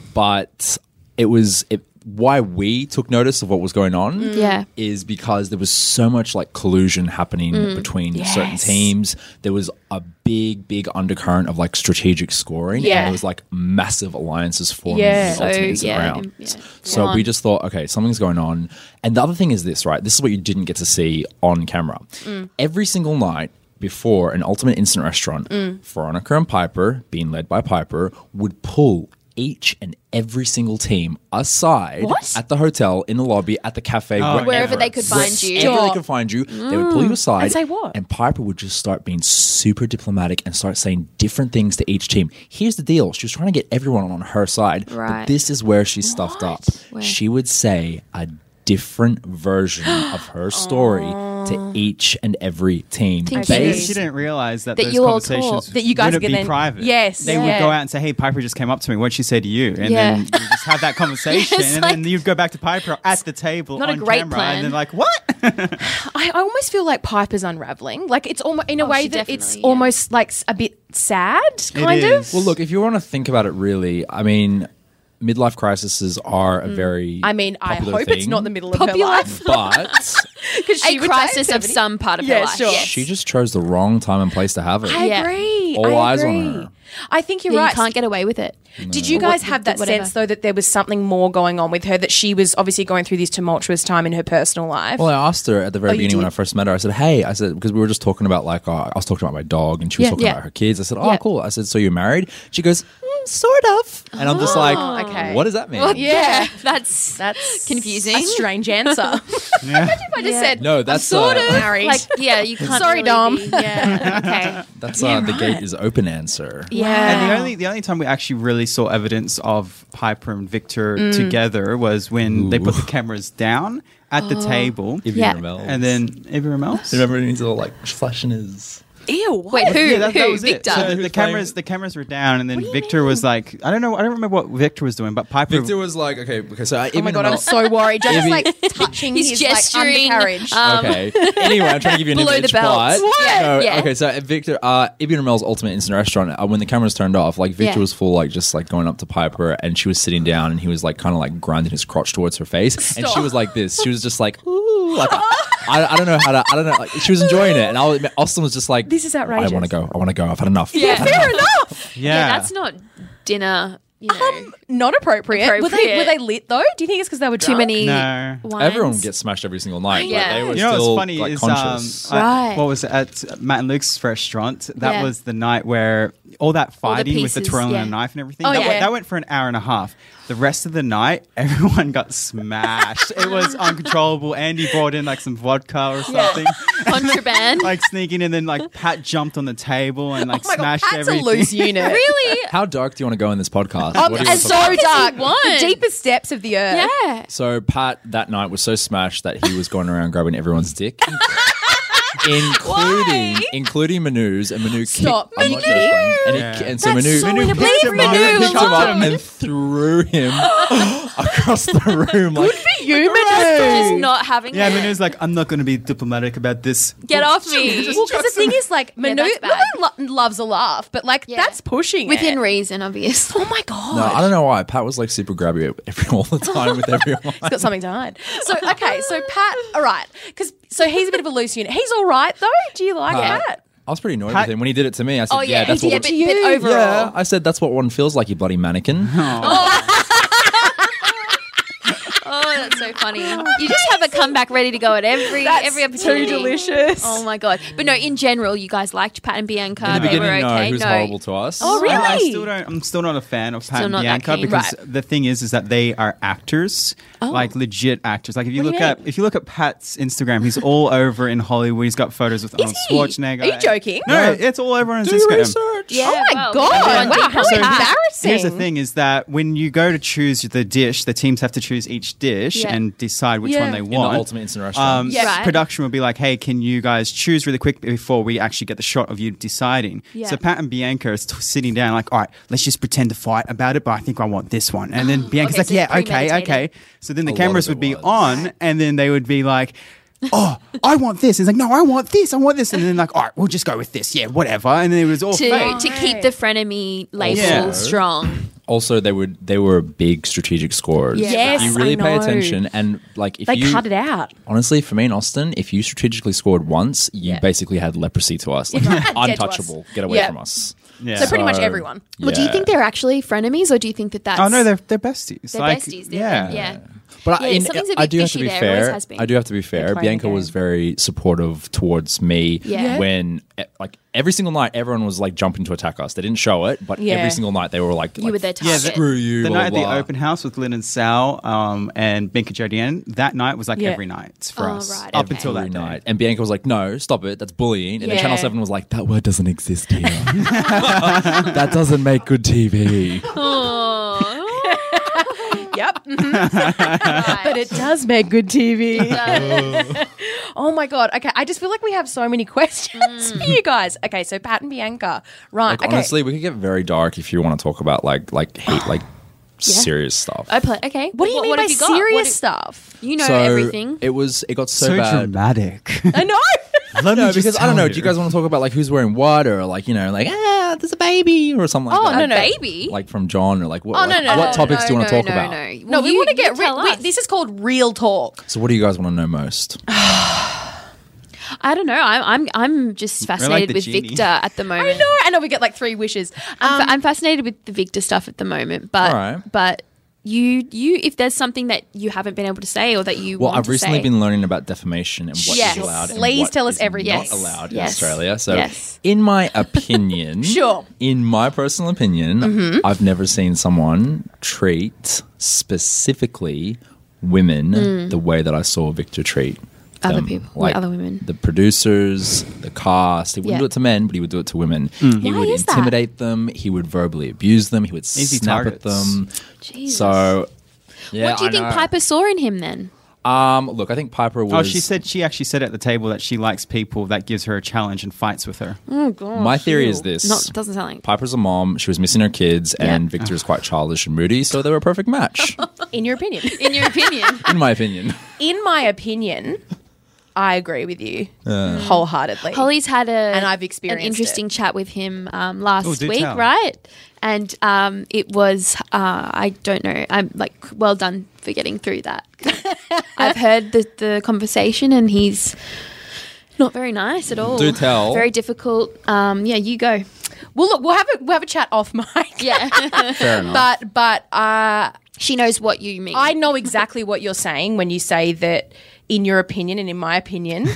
Speaker 1: thing. Um, but it was it, why we took notice of what was going on.
Speaker 3: Yeah. Mm.
Speaker 1: is because there was so much like collusion happening between certain
Speaker 2: Yes.
Speaker 1: teams. There was a big, big undercurrent of like strategic scoring. And
Speaker 2: Yeah.
Speaker 1: there was like massive alliances forming
Speaker 2: Yeah.
Speaker 1: in these
Speaker 3: So,
Speaker 1: alternate
Speaker 3: yeah,
Speaker 1: rounds.
Speaker 3: yeah.
Speaker 1: So
Speaker 3: Full
Speaker 1: we
Speaker 3: on.
Speaker 1: just thought, okay, something's going on. And the other thing is this, right? This is what you didn't get to see on camera.
Speaker 3: Mm.
Speaker 1: Every single night before an Ultimate Instant Restaurant,
Speaker 3: Mm.
Speaker 1: Veronica and Piper, being led by Piper, would pull each and every single team aside
Speaker 2: What?
Speaker 1: at the hotel, in the lobby, at the cafe, wherever,
Speaker 3: Wherever they could find
Speaker 1: Wherever
Speaker 3: you.
Speaker 1: Oh, they could find you, they would pull you aside
Speaker 2: And say what?
Speaker 1: And Piper would just start being super diplomatic and start saying different things to each team. Here's the deal: she was trying to get everyone on her side,
Speaker 3: Right.
Speaker 1: but this is where she stuffed up.
Speaker 3: Where?
Speaker 1: She would say a different
Speaker 3: *gasps*
Speaker 1: version of her story to each and every team.
Speaker 3: Think
Speaker 1: They-
Speaker 3: you.
Speaker 5: She, she didn't realize that,
Speaker 3: That
Speaker 5: those
Speaker 3: you all
Speaker 5: conversations
Speaker 3: talk-
Speaker 2: that you guys
Speaker 5: wouldn't
Speaker 2: could
Speaker 5: be
Speaker 2: then-
Speaker 5: private.
Speaker 2: Yes,
Speaker 5: they
Speaker 2: yeah.
Speaker 5: would go out and say, "Hey, Piper just came up to me. What'd she say to you?" And
Speaker 3: Yeah.
Speaker 5: then you just have that
Speaker 3: *laughs*
Speaker 5: conversation,
Speaker 3: Yes,
Speaker 5: and then
Speaker 3: like-
Speaker 5: you'd go back to Piper at the table
Speaker 3: Not a
Speaker 5: on
Speaker 3: great
Speaker 5: camera,
Speaker 3: plan.
Speaker 5: and then like, "What?"
Speaker 2: I almost feel like Piper's unraveling. Like it's almost in a
Speaker 3: Oh,
Speaker 2: way
Speaker 3: she
Speaker 2: that it's
Speaker 3: definitely, yeah.
Speaker 2: almost like s- a bit sad, kind
Speaker 5: It
Speaker 2: of.
Speaker 5: is.
Speaker 1: Well, look, if you want to think about it, really, I mean, midlife crises are a
Speaker 3: Mm.
Speaker 1: very.
Speaker 2: I mean, I
Speaker 1: popular
Speaker 2: hope it's
Speaker 1: thing,
Speaker 2: not the middle of
Speaker 3: Popular.
Speaker 2: her life *laughs*
Speaker 1: But
Speaker 2: because
Speaker 3: A crisis of some part of
Speaker 2: Yeah,
Speaker 3: her life.
Speaker 2: sure.
Speaker 3: yes.
Speaker 1: she just chose the wrong time and place to have it.
Speaker 2: I
Speaker 3: Yeah.
Speaker 2: agree.
Speaker 1: All
Speaker 2: I
Speaker 1: eyes on
Speaker 2: agree.
Speaker 1: her.
Speaker 2: I think you're
Speaker 3: Yeah,
Speaker 2: right.
Speaker 3: You can't get away with it.
Speaker 2: Did you guys
Speaker 3: what-
Speaker 2: have that
Speaker 3: whatever.
Speaker 2: sense though that there was something more going on with her that she was obviously going through this tumultuous time in her personal life?
Speaker 1: Well, I asked her at the very
Speaker 2: Oh, you
Speaker 1: beginning when I
Speaker 2: did?
Speaker 1: first met her. I said, "Hey," I said because we were just talking about like uh, I was talking about my dog and she was
Speaker 3: Yeah.
Speaker 1: talking
Speaker 3: Yeah.
Speaker 1: about her kids. I said, "Oh,
Speaker 3: Yeah.
Speaker 1: cool." I said, "So you're married?" She goes, mm, "Sort of," and I'm just like,
Speaker 2: Oh, okay.
Speaker 1: "What does that mean?"
Speaker 2: *laughs* yeah,
Speaker 3: That's
Speaker 2: that's
Speaker 3: Confusing.
Speaker 2: A strange *laughs* answer.
Speaker 3: if I just said
Speaker 1: No, that's
Speaker 2: sort
Speaker 1: uh,
Speaker 2: of married.
Speaker 3: Like, yeah, you can't.
Speaker 2: Sorry,
Speaker 3: really
Speaker 2: Dom.
Speaker 3: be-
Speaker 2: *laughs*
Speaker 3: yeah. Okay.
Speaker 1: that's uh, the gate is open answer.
Speaker 3: Yeah.
Speaker 5: And the only the only time we actually really saw evidence of Piper and Victor
Speaker 3: Mm.
Speaker 5: together was when they put the cameras down at the table,
Speaker 1: If
Speaker 3: Oh. Yeah.
Speaker 1: you remember,
Speaker 5: and then everyone else.
Speaker 1: remember he's all like flashing his
Speaker 2: Ew.
Speaker 3: Wait, who?
Speaker 5: yeah, that,
Speaker 3: who?
Speaker 5: that was it.
Speaker 3: Victor.
Speaker 5: So the,
Speaker 1: Who was playing-
Speaker 5: cameras, the cameras were down, and then Victor was like, I don't know, I don't remember what Victor was doing, but Piper.
Speaker 1: Victor was like, okay, okay. So I,
Speaker 2: Oh my
Speaker 1: even
Speaker 2: god, I'm
Speaker 1: though-
Speaker 2: so worried. Just *laughs*
Speaker 1: Maybe-
Speaker 2: like touching
Speaker 3: He's
Speaker 2: his
Speaker 3: gesturing,
Speaker 2: like, undercarriage. *laughs*
Speaker 3: uh, Um,
Speaker 1: okay. Anyway, I'm trying to give you an
Speaker 3: *laughs* below the
Speaker 1: image.
Speaker 3: belt.
Speaker 1: but-
Speaker 3: What? Yeah,
Speaker 1: No,
Speaker 3: yeah.
Speaker 1: Okay, so uh, Victor, uh, Ibn Ramel's ultimate instant restaurant. Uh, when the cameras turned off, like Victor
Speaker 3: Yeah.
Speaker 1: was full, like just like going up to Piper, and she was sitting down, and he was like kind of like grinding his crotch towards her face, and she
Speaker 3: Stop.
Speaker 1: was like this. She was just
Speaker 3: *laughs*
Speaker 1: like, ooh, like I, I don't know how to. I don't know. Like, she was enjoying it, and I was, Austin was just like,
Speaker 2: This is outrageous.
Speaker 1: I want to go. I want to go. I've had enough.
Speaker 3: Yeah.
Speaker 1: I've had enough.
Speaker 2: enough.
Speaker 5: yeah.
Speaker 3: Yeah, that's not dinner. You know,
Speaker 2: Um, not appropriate.
Speaker 3: Appropriate.
Speaker 2: Were they were they lit though? Do you think it's because they were
Speaker 3: too
Speaker 2: drunk?
Speaker 3: many.
Speaker 5: No.
Speaker 3: wines. *laughs*
Speaker 1: Everyone gets smashed every single night.
Speaker 3: Yeah.
Speaker 1: Like, they were
Speaker 5: You know
Speaker 1: still
Speaker 5: what's funny
Speaker 1: like,
Speaker 5: is
Speaker 1: conscious.
Speaker 5: um, I-
Speaker 3: Right.
Speaker 5: what was it, at Matt and Luke's restaurant? That
Speaker 3: Yeah.
Speaker 5: was the night where all that
Speaker 3: All the
Speaker 5: fighting with
Speaker 3: pieces,
Speaker 5: the twirling
Speaker 3: yeah.
Speaker 5: and the knife and everything.
Speaker 3: Oh,
Speaker 5: that,
Speaker 3: yeah.
Speaker 5: went, that went for an hour and a half. The rest of the night, *laughs* everyone got smashed.
Speaker 3: *laughs*
Speaker 5: it was uncontrollable. Andy brought in like some vodka or something.
Speaker 3: contraband.
Speaker 5: like sneaking and then like Pat jumped on the table and like
Speaker 2: Oh my god,
Speaker 5: smashed
Speaker 2: that's
Speaker 5: everything.
Speaker 2: a loose *laughs* unit.
Speaker 5: *laughs*
Speaker 3: really?
Speaker 1: How dark do you want to go in this podcast?
Speaker 2: Um,
Speaker 1: What do you want
Speaker 2: and
Speaker 1: to talk about?
Speaker 2: so dark.
Speaker 3: one.
Speaker 2: The deepest steps of the earth.
Speaker 3: Yeah.
Speaker 1: So Pat that night was so smashed that he was going around grabbing everyone's dick, *laughs* including including Manu's, and Manu
Speaker 2: Stop.
Speaker 1: kicked. I'm not
Speaker 2: Manu!
Speaker 1: joking. And, he,
Speaker 5: Yeah.
Speaker 1: and so
Speaker 2: That's
Speaker 1: Manu,
Speaker 2: so
Speaker 1: Manu
Speaker 2: inappropriate.
Speaker 1: picked him
Speaker 2: Leave
Speaker 1: up,
Speaker 2: Manu
Speaker 1: picked him up
Speaker 2: alone.
Speaker 1: and threw
Speaker 3: *laughs*
Speaker 1: him across the room. Like,
Speaker 2: You
Speaker 3: Just
Speaker 2: Manu.
Speaker 3: not having.
Speaker 5: Yeah,
Speaker 3: it.
Speaker 5: Manu's like, I'm not going to be diplomatic about this.
Speaker 3: Get off
Speaker 5: *laughs*
Speaker 3: me.
Speaker 2: Well, because the thing is, like Manu,
Speaker 3: that's bad.
Speaker 2: Manu lo- loves a laugh, but like
Speaker 3: Yeah.
Speaker 2: that's pushing
Speaker 3: Within
Speaker 2: it.
Speaker 3: reason, obviously.
Speaker 2: Oh my god.
Speaker 1: no, I don't know why. Pat was like super grabby at every, all the time with
Speaker 3: *laughs*
Speaker 1: everyone.
Speaker 2: He's got something to hide. *laughs* So okay, so Pat, all right, because so he's a bit of a loose unit. He's all right though. Do you like
Speaker 1: Pat-
Speaker 2: Pat?
Speaker 1: I was pretty annoyed
Speaker 5: Pat-
Speaker 1: with him when he did it to me. I said,
Speaker 3: Oh, yeah,
Speaker 1: that's
Speaker 3: he
Speaker 1: what.
Speaker 3: did
Speaker 1: one-
Speaker 3: it to you.
Speaker 2: overall.
Speaker 1: yeah, I said that's what one feels like, you bloody
Speaker 3: *laughs*
Speaker 1: mannequin.
Speaker 3: Oh, that's so funny. You just have a comeback ready to go at every
Speaker 2: That's
Speaker 3: every opportunity.
Speaker 2: too delicious.
Speaker 3: Oh my god! But no, in general, you guys liked Pat and Bianca.
Speaker 1: In the
Speaker 3: they
Speaker 1: beginning,
Speaker 3: were
Speaker 1: no,
Speaker 3: okay.
Speaker 1: he was horrible to us.
Speaker 2: Oh, really?
Speaker 5: I, I still don't. I'm still not a fan of Pat and
Speaker 3: not that
Speaker 5: Bianca
Speaker 3: keen.
Speaker 5: because the thing is, is that they are actors, like legit actors. Like if you
Speaker 2: Oh. What do
Speaker 5: look
Speaker 2: you
Speaker 5: at if you look at Pat's Instagram,
Speaker 2: *laughs*
Speaker 5: he's all over in Hollywood. He's got photos with Arnold
Speaker 2: he?
Speaker 5: Schwarzenegger.
Speaker 2: Are you joking?
Speaker 5: No, it's all over on his Instagram.
Speaker 3: Yeah.
Speaker 2: oh my
Speaker 3: well,
Speaker 2: god!
Speaker 3: everyone
Speaker 2: Wow,
Speaker 3: did
Speaker 2: how
Speaker 3: so
Speaker 2: embarrassing.
Speaker 5: Here's the thing: is that when you go to choose the dish, the teams have to choose each dish
Speaker 3: Yeah.
Speaker 5: and decide which
Speaker 2: Yeah.
Speaker 5: one they
Speaker 2: In
Speaker 1: the
Speaker 5: want.
Speaker 1: Ultimate Instant Restaurant.
Speaker 5: Um,
Speaker 3: Yeah. Right.
Speaker 5: Production will be like, "Hey, can you guys choose really quick before we actually get the shot of you deciding?"
Speaker 3: Yeah.
Speaker 5: So Pat and Bianca are st- sitting down, like, "All right, let's just pretend to fight about it, but I think I want this one."
Speaker 3: *gasps*
Speaker 5: And then Bianca's
Speaker 3: Okay,
Speaker 5: like,
Speaker 3: so
Speaker 5: "Yeah, okay,
Speaker 3: premeditated.
Speaker 5: okay." So then
Speaker 1: A
Speaker 5: the
Speaker 1: lot
Speaker 5: cameras
Speaker 1: of it
Speaker 5: would be
Speaker 1: was.
Speaker 5: on, and then they would be like. oh, I want this. And it's like, no, I want this. I want this. And then like, all right, we'll just go with this. Yeah, whatever. And then it was all fake.
Speaker 3: To, to keep the frenemy label
Speaker 5: Yeah.
Speaker 3: strong.
Speaker 1: also they would they were big strategic scorers.
Speaker 3: Yeah. Yes,
Speaker 1: If you really
Speaker 2: I
Speaker 1: pay
Speaker 2: know.
Speaker 1: attention and like if
Speaker 2: They
Speaker 1: you
Speaker 2: cut it out.
Speaker 1: honestly for me and Austin, if you strategically scored once, you basically had leprosy to
Speaker 3: *laughs*
Speaker 1: us, like untouchable, get away
Speaker 2: Yeah.
Speaker 1: from us.
Speaker 5: Yeah.
Speaker 2: So pretty much
Speaker 1: So-
Speaker 2: everyone.
Speaker 3: Well, do you
Speaker 1: Yeah.
Speaker 3: think they're actually frenemies, or do you think that that's?
Speaker 5: Oh no, they're they're besties.
Speaker 3: they're
Speaker 5: like,
Speaker 3: besties. They're, yeah, yeah.
Speaker 1: But I,
Speaker 3: Yeah,
Speaker 1: in-
Speaker 3: something's a
Speaker 1: I
Speaker 3: bit
Speaker 1: do have to
Speaker 3: fishy
Speaker 1: be
Speaker 3: there, always
Speaker 1: fair.
Speaker 3: has been.
Speaker 1: I do have to be fair.
Speaker 2: playing
Speaker 1: Bianca
Speaker 2: the
Speaker 1: was
Speaker 2: game.
Speaker 1: very supportive towards me
Speaker 3: Yeah. Yeah.
Speaker 1: when eh, like every single night everyone was like jumping to attack us. They didn't show it, but
Speaker 2: Yeah.
Speaker 1: every single night they were like,
Speaker 3: You
Speaker 1: like,
Speaker 3: were their
Speaker 5: Yeah,
Speaker 3: target.
Speaker 5: the-
Speaker 1: Screw you.
Speaker 5: The
Speaker 1: blah,
Speaker 5: night
Speaker 1: blah.
Speaker 5: at the open house with Lynn and Sal um, and Binka Jodian, that night was like every night for
Speaker 3: Oh,
Speaker 5: us.
Speaker 3: right,
Speaker 5: Up
Speaker 3: okay.
Speaker 5: until
Speaker 1: every
Speaker 5: that
Speaker 1: night.
Speaker 5: night.
Speaker 1: And Bianca was like, no, stop it. That's bullying. And then Channel
Speaker 2: Yeah.
Speaker 1: 7 was like, that word doesn't exist here. *laughs* that doesn't make good TV.
Speaker 3: *laughs* Aw.
Speaker 2: Yep.
Speaker 3: Right.
Speaker 2: But it does make
Speaker 1: *laughs*
Speaker 2: good TV.
Speaker 3: uh,
Speaker 2: oh my god. Okay, I just feel like we have so many *laughs* questions for you guys. Okay, so Pat and Bianca. Right.
Speaker 1: Like,
Speaker 2: okay.
Speaker 1: honestly, we could get very dark if you want to talk about like,
Speaker 2: *sighs*
Speaker 1: like, hate, like, serious stuff.
Speaker 3: I play. Okay.
Speaker 2: what do you mean by
Speaker 3: have got?
Speaker 2: serious
Speaker 3: What do-
Speaker 2: stuff?
Speaker 3: You know
Speaker 1: so
Speaker 3: everything.
Speaker 1: It was, it got so,
Speaker 5: So
Speaker 1: bad.
Speaker 5: *laughs* dramatic.
Speaker 2: I know.
Speaker 5: Let
Speaker 1: No,
Speaker 5: me just
Speaker 1: because I
Speaker 5: tell
Speaker 1: don't know. Do you guys want to talk about like who's wearing what or like, you know, like, ah, there's a baby or something like
Speaker 2: Oh,
Speaker 1: that?
Speaker 2: no,
Speaker 3: a
Speaker 2: no.
Speaker 3: baby.
Speaker 1: Like from John or like what,
Speaker 2: Oh, no,
Speaker 1: like,
Speaker 2: no,
Speaker 1: what
Speaker 2: no,
Speaker 1: topics do you
Speaker 3: no,
Speaker 1: want to
Speaker 3: no,
Speaker 1: talk
Speaker 3: no,
Speaker 1: about?
Speaker 3: No,
Speaker 2: *laughs* No, we want to get
Speaker 3: rid.
Speaker 2: rid. This is called real talk. *laughs*
Speaker 1: So what do you guys want to know most?
Speaker 3: I don't know. I'm I'm I'm just fascinated
Speaker 5: the
Speaker 3: with
Speaker 5: genie.
Speaker 3: Victor at the
Speaker 2: *laughs*
Speaker 3: moment.
Speaker 2: I know. I know. We get like three wishes.
Speaker 3: I'm,
Speaker 2: Um,
Speaker 3: fa- I'm fascinated with the Victor stuff at the moment, but
Speaker 1: All right.
Speaker 3: but you you if there's something that you haven't been able to say or that you
Speaker 1: Well,
Speaker 3: want
Speaker 1: I've
Speaker 3: to
Speaker 1: recently
Speaker 3: say,
Speaker 1: been learning about defamation and what is
Speaker 3: Yes.
Speaker 1: allowed. and
Speaker 2: Please
Speaker 1: what
Speaker 2: tell us
Speaker 1: is
Speaker 2: everything.
Speaker 1: Not
Speaker 3: Yes.
Speaker 1: allowed in
Speaker 3: Yes.
Speaker 1: Australia. So,
Speaker 3: Yes.
Speaker 1: in my
Speaker 3: *laughs*
Speaker 1: opinion,
Speaker 2: Sure.
Speaker 1: In my personal opinion,
Speaker 3: Mm-hmm.
Speaker 1: I've never seen someone treat specifically women the way that I saw Victor treat.
Speaker 3: Other
Speaker 1: them.
Speaker 3: people, Mm. other women.
Speaker 1: the producers, the cast. He wouldn't
Speaker 3: Yeah.
Speaker 1: do it to men, but he would do it to women. He
Speaker 5: Mm.
Speaker 3: Why
Speaker 1: would
Speaker 3: is that?
Speaker 1: intimidate them. He would verbally abuse them. He would
Speaker 5: Easy
Speaker 1: snap
Speaker 5: targets.
Speaker 1: at them.
Speaker 3: Jesus.
Speaker 1: So, yeah,
Speaker 3: what do you
Speaker 1: I
Speaker 3: think
Speaker 1: know.
Speaker 3: Piper saw in him then?
Speaker 1: Um, look, I think Piper was.
Speaker 5: Oh, she said she actually said at the table that she likes people that gives her a challenge and fights with her.
Speaker 3: Oh god.
Speaker 1: My theory is this.
Speaker 3: Not doesn't sound like
Speaker 1: Piper's a mom. She was missing her kids, and Victor is quite childish and moody, so they were a perfect
Speaker 3: *laughs*
Speaker 1: match,
Speaker 2: in your opinion.
Speaker 3: in
Speaker 2: *laughs*
Speaker 3: your opinion.
Speaker 1: in my opinion.
Speaker 2: in my opinion, I agree with you wholeheartedly.
Speaker 3: Holly's had a
Speaker 2: And I've
Speaker 3: an
Speaker 2: experienced
Speaker 3: interesting chat with him um, last
Speaker 5: Oh, do
Speaker 3: week,
Speaker 5: tell.
Speaker 3: right? And um, it was uh, I don't know. I'm like well done for getting through *laughs* that. I've heard the, the conversation, and he's not very nice at all.
Speaker 1: Do tell.
Speaker 3: Very difficult. Um, yeah, you go.
Speaker 2: well, look, we'll have a we'll have a chat off *laughs* mic.
Speaker 3: *laughs* Yeah,
Speaker 1: Fair enough.
Speaker 2: But but uh,
Speaker 3: she knows what you mean.
Speaker 2: I know exactly what you're saying when you say that. In your opinion, and in my opinion,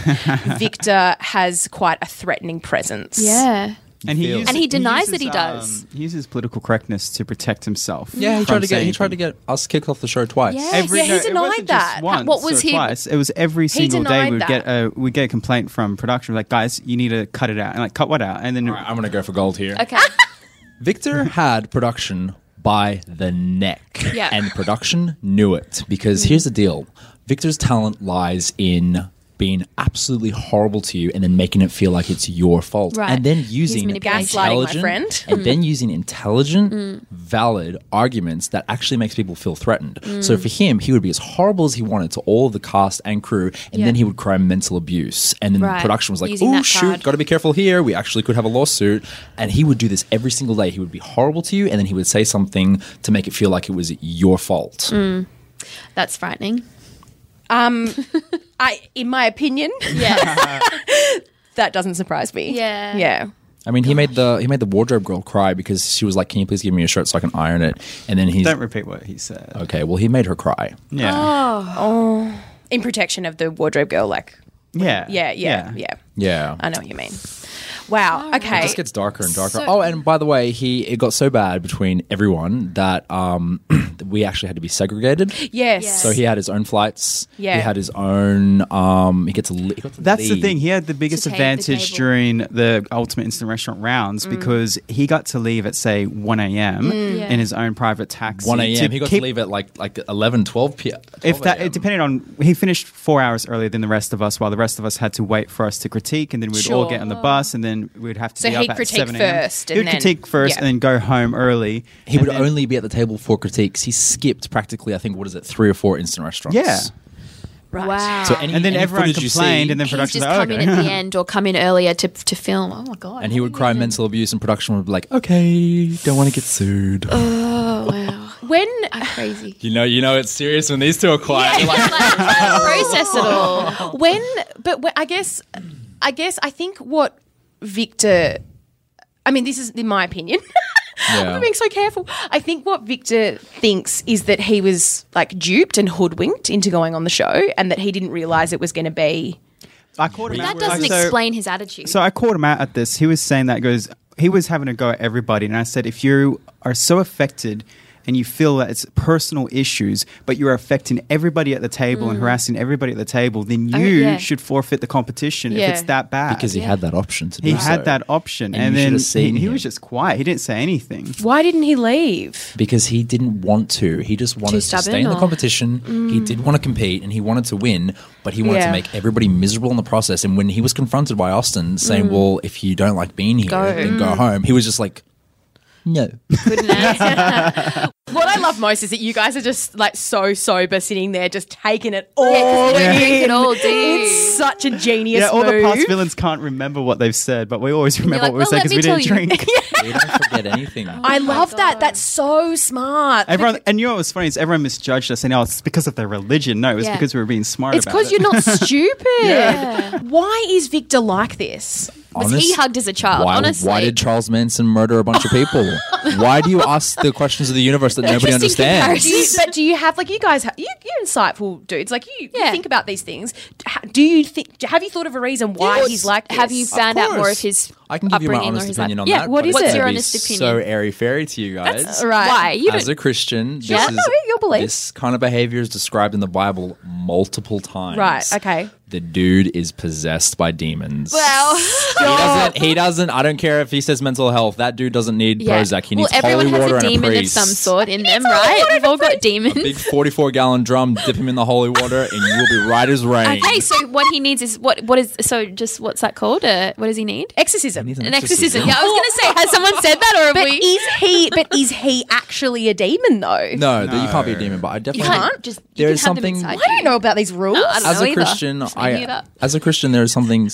Speaker 2: Victor has quite a threatening presence.
Speaker 3: yeah.
Speaker 5: And he
Speaker 1: Feels.
Speaker 5: uses,
Speaker 1: And
Speaker 3: he denies that he
Speaker 5: uses,
Speaker 3: does.
Speaker 5: um, he uses political correctness to protect himself.
Speaker 1: yeah, he
Speaker 5: from
Speaker 1: tried to get he
Speaker 5: saying
Speaker 1: tried to
Speaker 5: things.
Speaker 1: get us kicked off the show twice.
Speaker 3: Yeah.
Speaker 5: Every,
Speaker 2: Yeah, he
Speaker 5: no, it
Speaker 2: denied
Speaker 5: wasn't
Speaker 2: that.
Speaker 5: Just once
Speaker 3: What was
Speaker 5: or
Speaker 3: he-
Speaker 5: Twice. It was every single day
Speaker 2: denied
Speaker 5: we'd
Speaker 2: that.
Speaker 5: get a we get a complaint from production like, guys, you need to cut it out and like cut what out, and then
Speaker 1: All right, I'm gonna go for gold here.
Speaker 3: *laughs* Okay.
Speaker 1: Victor had production by the neck.
Speaker 3: Yeah.
Speaker 1: And production knew it because here's the deal Victor's talent lies in being absolutely horrible to you and then making it feel like it's your fault.
Speaker 3: Right.
Speaker 1: And then
Speaker 3: His
Speaker 1: using
Speaker 3: manipulation.
Speaker 2: Gaslighting my
Speaker 1: intelligent
Speaker 2: friend.
Speaker 1: *laughs* and then using intelligent, valid arguments that actually makes people feel threatened. So for him, he would be as horrible as he wanted to all of the cast and crew, and
Speaker 3: Yeah.
Speaker 1: then he would cry mental abuse. And then
Speaker 3: Right.
Speaker 1: production was like,
Speaker 3: Using
Speaker 1: oh
Speaker 3: that
Speaker 1: shoot,
Speaker 3: card.
Speaker 1: gotta be careful here. We actually could have a lawsuit. And he would do this every single day. He would be horrible to you, and then he would say something to make it feel like it was your fault.
Speaker 3: Mm. That's frightening.
Speaker 2: I, in my opinion, *laughs*
Speaker 3: Yeah.
Speaker 2: that doesn't surprise me.
Speaker 3: Yeah.
Speaker 2: yeah.
Speaker 1: I mean, he made the he made the wardrobe girl cry because she was like, "Can you please give me a shirt so I can iron it?" And then he's
Speaker 5: don't repeat what he said.
Speaker 1: okay. Well, he made her cry.
Speaker 5: Yeah.
Speaker 3: Oh.
Speaker 2: In protection of the wardrobe girl, like
Speaker 5: yeah,
Speaker 2: yeah, yeah, yeah.
Speaker 1: Yeah,
Speaker 2: I know what you mean. Wow. Okay.
Speaker 1: It just gets darker and darker. oh, and by the way, he it got so bad between everyone that um, *clears throat* we actually had to be segregated.
Speaker 2: yes.
Speaker 3: Yes.
Speaker 1: So he had his own flights.
Speaker 2: Yeah.
Speaker 1: He had his own. Um, he gets a. Li- he got to
Speaker 5: That's the
Speaker 1: leave.
Speaker 5: thing. He had the biggest
Speaker 3: take the
Speaker 5: advantage
Speaker 3: table.
Speaker 5: during the Ultimate Instant Restaurant rounds because he got to leave at say 1 a.m.
Speaker 3: Yeah.
Speaker 5: in his own private taxi.
Speaker 1: 1 a.m. He got
Speaker 5: keep-
Speaker 1: to leave at like like 11, 12 p.m.
Speaker 5: If that it depended on he finished four hours earlier than the rest of us, while the rest of us had to wait for us to critique, and then we'd all
Speaker 2: Sure.
Speaker 5: get on the bus, and then we'd have to
Speaker 2: So
Speaker 5: be
Speaker 2: he'd
Speaker 5: up at
Speaker 2: critique
Speaker 5: 7 a.m.
Speaker 2: first
Speaker 5: He
Speaker 2: and
Speaker 5: would
Speaker 2: then-
Speaker 5: critique first,
Speaker 2: yeah.
Speaker 5: and then go home early.
Speaker 1: He
Speaker 5: and
Speaker 1: would
Speaker 5: then-
Speaker 1: only be at the table for critiques. He skipped practically, I think, what is it, three or four instant restaurants.
Speaker 5: yeah,
Speaker 2: Right.
Speaker 3: Wow.
Speaker 1: So any,
Speaker 5: and then
Speaker 1: any
Speaker 5: everyone
Speaker 1: footage you see-
Speaker 5: complained, and then
Speaker 3: He's
Speaker 5: production's
Speaker 3: just
Speaker 5: like,
Speaker 3: come
Speaker 5: oh,
Speaker 3: in at
Speaker 5: okay. *laughs*
Speaker 3: the end or come in earlier to, to film. Oh my god.
Speaker 1: and he would cry mental abuse, and production would be like, "Okay, don't want to get sued."
Speaker 3: Oh wow.
Speaker 2: When
Speaker 3: Crazy.
Speaker 1: You know, you know, it's serious when these two are quiet. You're like,
Speaker 3: Process it all.
Speaker 2: when but when, I guess I guess I think what Victor I mean this is in my opinion. *laughs*
Speaker 1: yeah. *laughs*
Speaker 2: I'm being so careful. I think what Victor thinks is that he was like duped and hoodwinked into going on the show and that he didn't realize it was going to be
Speaker 5: I caught him
Speaker 3: That
Speaker 5: out.
Speaker 3: doesn't
Speaker 5: So-
Speaker 3: explain his attitude.
Speaker 5: So I called him out at this. He was saying that goes. He was having a go at everybody, and I said, if you are so affected and you feel that it's personal issues, but you're affecting everybody at the table and harassing everybody at the table, then you
Speaker 3: Mm. Oh, yeah.
Speaker 5: should forfeit the competition
Speaker 2: Yeah.
Speaker 5: if it's that bad.
Speaker 1: because he had that option to do
Speaker 5: he
Speaker 1: so.
Speaker 5: had that option,
Speaker 1: And
Speaker 5: and,
Speaker 1: you should
Speaker 5: then
Speaker 1: have seen
Speaker 5: he, he
Speaker 1: him.
Speaker 5: was just quiet. He didn't say anything.
Speaker 2: why didn't he leave?
Speaker 1: because he didn't want to. He just wanted to
Speaker 3: stubborn
Speaker 1: stay in the
Speaker 3: or-
Speaker 1: competition. He did want to compete and he wanted to win, but he wanted
Speaker 2: Yeah.
Speaker 1: to make everybody miserable in the process. And when he was confronted by Austin saying, "Well, if you don't like being here,
Speaker 3: Mm. Go.
Speaker 1: then go home," he was just like, "No." *laughs*
Speaker 3: Couldn't answer.
Speaker 2: What I love most is that you guys are just like so sober sitting there just taking it all
Speaker 3: Yeah,
Speaker 2: in.
Speaker 3: 'cause you don't drink at all, do you?
Speaker 2: It's such a genius
Speaker 5: yeah, all the past
Speaker 2: move.
Speaker 5: villains can't remember what they've said, but we always remember
Speaker 3: like,
Speaker 5: what we
Speaker 3: "Well,
Speaker 5: said
Speaker 3: let
Speaker 5: because
Speaker 3: me
Speaker 5: we didn't
Speaker 3: tell you." *laughs*
Speaker 5: drink.
Speaker 1: we don't forget anything.
Speaker 3: Oh
Speaker 2: I love that. That's so smart.
Speaker 5: Everyone, and you know what was funny is everyone misjudged us, and oh, it's because of their religion. No, it was
Speaker 3: Yeah.
Speaker 5: because we were being smart.
Speaker 2: It's
Speaker 5: about
Speaker 2: because
Speaker 5: it.
Speaker 2: you're not
Speaker 1: *laughs*
Speaker 2: stupid.
Speaker 3: Yeah.
Speaker 2: Why is Victor like this?
Speaker 3: Was he hugged as a child?
Speaker 1: Why,
Speaker 3: honestly.
Speaker 1: why did Charles Manson murder a bunch of people?
Speaker 3: *laughs*
Speaker 1: why do you ask the questions of the universe that nobody
Speaker 3: Interesting
Speaker 1: understands?
Speaker 2: Do you, but do you have like you guys? Have, you, you're insightful dudes. Like you, you
Speaker 3: Yeah.
Speaker 2: think about these things. Ha- Do you think? Have you thought of a reason why
Speaker 1: Yes.
Speaker 2: he's like? This?
Speaker 3: Have you found out more
Speaker 1: course.
Speaker 3: of his
Speaker 1: I can give you my
Speaker 3: upbringing or
Speaker 1: honest
Speaker 3: his
Speaker 1: opinion
Speaker 3: life?
Speaker 1: on
Speaker 2: Yeah,
Speaker 1: that.
Speaker 2: what
Speaker 1: but
Speaker 2: is
Speaker 1: it's gonna
Speaker 2: it? What's
Speaker 3: your
Speaker 1: be
Speaker 3: honest
Speaker 1: So
Speaker 3: opinion?
Speaker 1: airy fairy to you guys.
Speaker 2: right.
Speaker 3: Why you
Speaker 1: As
Speaker 3: don't?
Speaker 1: a Christian, this
Speaker 2: Yeah,
Speaker 1: is
Speaker 2: no, your belief.
Speaker 1: this kind of behavior is described in the Bible multiple times.
Speaker 2: Right, okay.
Speaker 1: The dude is possessed by demons.
Speaker 3: Well,
Speaker 1: He doesn't, he doesn't. I don't care if he says mental health. That dude doesn't need Prozac. He
Speaker 3: well,
Speaker 1: needs
Speaker 3: everyone
Speaker 1: holy
Speaker 3: has
Speaker 1: water
Speaker 3: a
Speaker 1: and a
Speaker 3: demon of
Speaker 1: priest.
Speaker 3: some sort in them, right? We've all got demons.
Speaker 1: Big 44 gallon drum, dip him in the holy water, and you will be right as rain.
Speaker 3: Okay, so what he needs is what? What is so? Just what's that called? Uh, what does he need?
Speaker 2: Oh, Exorcism.
Speaker 1: He's
Speaker 3: An exorcism. Yeah, I was going to say, has someone said that, or have
Speaker 2: But
Speaker 3: we?
Speaker 2: is he? But is he actually a demon though?
Speaker 1: No, that you can't be a demon, but I
Speaker 3: you
Speaker 1: definitely.
Speaker 3: can't just. you
Speaker 1: There
Speaker 3: can
Speaker 1: is
Speaker 3: have them
Speaker 1: something-
Speaker 3: inside
Speaker 2: I don't
Speaker 3: you.
Speaker 2: know about these rules.
Speaker 3: I don't
Speaker 1: As
Speaker 3: know
Speaker 1: a
Speaker 3: either.
Speaker 1: Christian,
Speaker 3: Just making it
Speaker 1: I
Speaker 3: up.
Speaker 1: as a Christian, there is something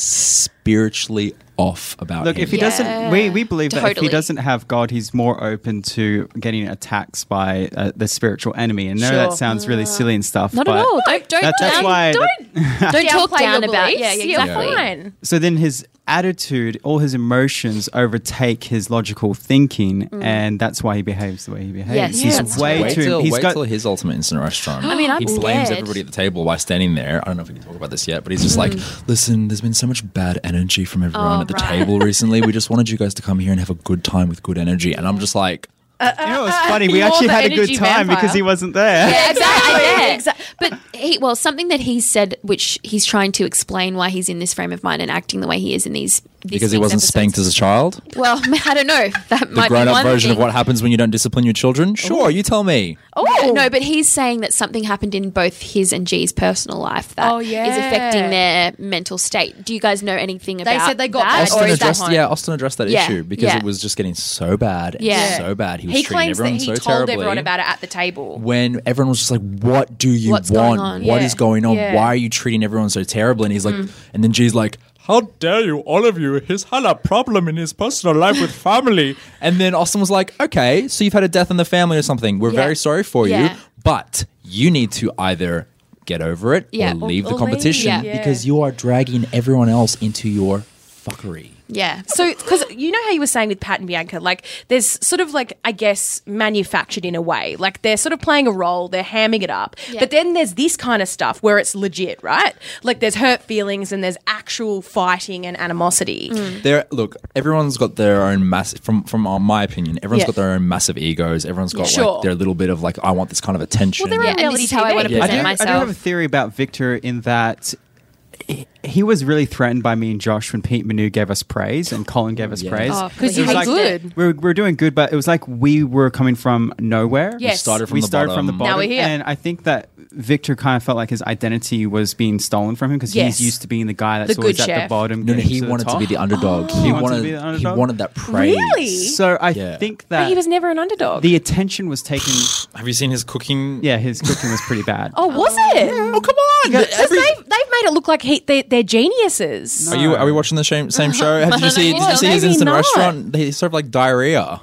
Speaker 1: spiritually off about
Speaker 5: Look,
Speaker 1: him.
Speaker 5: if he
Speaker 3: Yeah.
Speaker 5: doesn't, we, we believe that if he
Speaker 3: Totally.
Speaker 5: doesn't have God, he's more open to getting attacks by uh, the spiritual enemy. And no,
Speaker 2: Sure.
Speaker 5: that sounds really silly and stuff.
Speaker 3: Not
Speaker 5: but
Speaker 3: at all. Don't don't
Speaker 5: That, that's
Speaker 3: down-
Speaker 5: why.
Speaker 3: don't,
Speaker 2: Don't
Speaker 3: talk down about- yeah, yeah,
Speaker 2: You're
Speaker 3: exactly.
Speaker 2: fine.
Speaker 5: so then his attitude, all his emotions overtake his logical thinking, and that's why he behaves the way he behaves.
Speaker 3: Mm. Yes,
Speaker 5: he's
Speaker 3: that's
Speaker 5: way
Speaker 1: wait
Speaker 5: too.
Speaker 1: till,
Speaker 5: he's
Speaker 1: wait
Speaker 5: got
Speaker 1: till his ultimate instant restaurant. I
Speaker 3: mean, I'm
Speaker 1: he blames
Speaker 3: scared.
Speaker 1: everybody at the table by standing there. I don't know if we can talk about this yet, but he's just like, "Listen, there's been so much bad energy from everyone
Speaker 3: Mm. Oh,
Speaker 1: at the
Speaker 3: right.
Speaker 1: table
Speaker 3: *laughs*
Speaker 1: recently. We just wanted you guys to come here and have a good time with good energy." And I'm just like,
Speaker 5: You know, it's
Speaker 3: *laughs*
Speaker 5: funny. We
Speaker 2: You're
Speaker 5: actually
Speaker 2: the
Speaker 5: had a good
Speaker 2: energy
Speaker 5: time
Speaker 2: vampire.
Speaker 5: because he wasn't there.
Speaker 3: Yeah, exactly.
Speaker 2: Exactly.
Speaker 3: Yeah.
Speaker 2: Exact-
Speaker 3: But he, well, something that he said, which he's trying to explain why he's in this frame of mind and acting the way he is in these. these
Speaker 1: because he
Speaker 3: week's
Speaker 1: wasn't spanked
Speaker 3: episodes.
Speaker 1: as a child.
Speaker 3: Well, *laughs* I don't know. That
Speaker 1: The
Speaker 3: might be
Speaker 1: grown-up
Speaker 3: one
Speaker 1: version of
Speaker 3: thing.
Speaker 1: what happens when you don't discipline your children. Sure, you tell me.
Speaker 3: Yeah, no, but he's saying that something happened in both his and G's personal life that is
Speaker 2: Oh, yeah.
Speaker 3: affecting their mental state. Do you guys know anything about?
Speaker 2: said they got
Speaker 3: that?
Speaker 2: back
Speaker 1: Austin
Speaker 2: is that
Speaker 1: addressed,
Speaker 2: home?
Speaker 1: yeah, Austin addressed that
Speaker 3: Yeah,
Speaker 1: issue because
Speaker 3: yeah.
Speaker 1: it was just getting so bad, and
Speaker 3: Yeah.
Speaker 1: so bad. He was
Speaker 2: He
Speaker 1: treating
Speaker 2: claims that
Speaker 1: everyone
Speaker 2: he
Speaker 1: so
Speaker 2: told
Speaker 1: terribly.
Speaker 2: everyone about it at the table.
Speaker 1: when everyone was just like, "What do you
Speaker 3: What's going
Speaker 1: want?
Speaker 3: on?"
Speaker 1: What
Speaker 2: Yeah.
Speaker 1: is going on?
Speaker 2: Yeah.
Speaker 1: Why are you treating everyone so terribly?" And he's like, and then G's like, "How dare you, all of you? He's had a problem in his personal life with family." And then Austin was like, "Okay, so you've had a death in the family or something. We're
Speaker 3: Yeah.
Speaker 1: very sorry for
Speaker 3: Yeah.
Speaker 1: you, but you need to either." Get over it
Speaker 3: Yeah.
Speaker 1: or
Speaker 3: Or-
Speaker 1: leave
Speaker 2: or
Speaker 1: the competition
Speaker 3: leave.
Speaker 2: Yeah.
Speaker 1: because you are dragging everyone else into your fuckery.
Speaker 3: Yeah.
Speaker 2: So,
Speaker 3: So
Speaker 2: because you know how you were saying with Pat and Bianca, like there's sort of like I guess manufactured in a way, like they're sort of playing a role, they're hamming it up.
Speaker 3: Yeah.
Speaker 2: But then there's this kind of stuff where it's legit, right? Like there's hurt feelings and there's actual fighting and animosity.
Speaker 3: Mm.
Speaker 1: There, look, everyone's got their own massive. From from uh, my opinion, everyone's
Speaker 2: Yeah.
Speaker 1: got their own massive egos. Everyone's got
Speaker 2: Sure.
Speaker 1: like their little bit of like, I want this kind of attention.
Speaker 2: they're
Speaker 3: yeah,
Speaker 2: Yeah,
Speaker 3: and this is how I want to
Speaker 2: Yeah.
Speaker 5: I
Speaker 3: present
Speaker 5: do, I do
Speaker 3: myself.
Speaker 5: have a theory about Victor in that he, he was really threatened by me and Josh when Pete Manu gave us praise and Colin gave us
Speaker 1: Yeah.
Speaker 5: praise.
Speaker 3: Oh,
Speaker 2: Because
Speaker 5: It
Speaker 2: you
Speaker 5: was
Speaker 2: were
Speaker 5: like-
Speaker 2: good.
Speaker 5: We were, we were doing good, but it was like we were coming from nowhere.
Speaker 2: Yes.
Speaker 1: started from
Speaker 5: we
Speaker 1: the
Speaker 5: started from the
Speaker 1: bottom.
Speaker 5: bottom.
Speaker 2: Now we're here.
Speaker 5: And I think that Victor kind of felt like his identity was being stolen from him because
Speaker 2: Yes.
Speaker 5: he's used to being the guy that's
Speaker 2: The
Speaker 5: always
Speaker 2: good
Speaker 5: at the
Speaker 2: chef.
Speaker 5: bottom.
Speaker 1: No, no,
Speaker 5: getting
Speaker 1: he
Speaker 5: to the
Speaker 1: wanted to
Speaker 5: top.
Speaker 1: be the
Speaker 5: *gasps*
Speaker 1: underdog. He
Speaker 5: wanted to
Speaker 1: wanted,
Speaker 5: be the
Speaker 1: he
Speaker 5: underdog?
Speaker 1: wanted that praise.
Speaker 2: Really?
Speaker 5: So I
Speaker 1: Yeah.
Speaker 5: think that
Speaker 2: But he was never an underdog.
Speaker 5: the attention was taken.
Speaker 1: Have you seen his cooking?
Speaker 5: Yeah, his cooking was pretty bad.
Speaker 2: *laughs* oh, was it?
Speaker 1: Oh come on!
Speaker 2: Because they've, they've made it look like he, they, they're geniuses.
Speaker 1: Are you? Are we watching the same same
Speaker 2: *laughs*
Speaker 1: show? Have you seen? Did you
Speaker 2: Well,
Speaker 1: see his
Speaker 2: maybe
Speaker 1: instant
Speaker 2: not.
Speaker 1: restaurant? He served like diarrhea.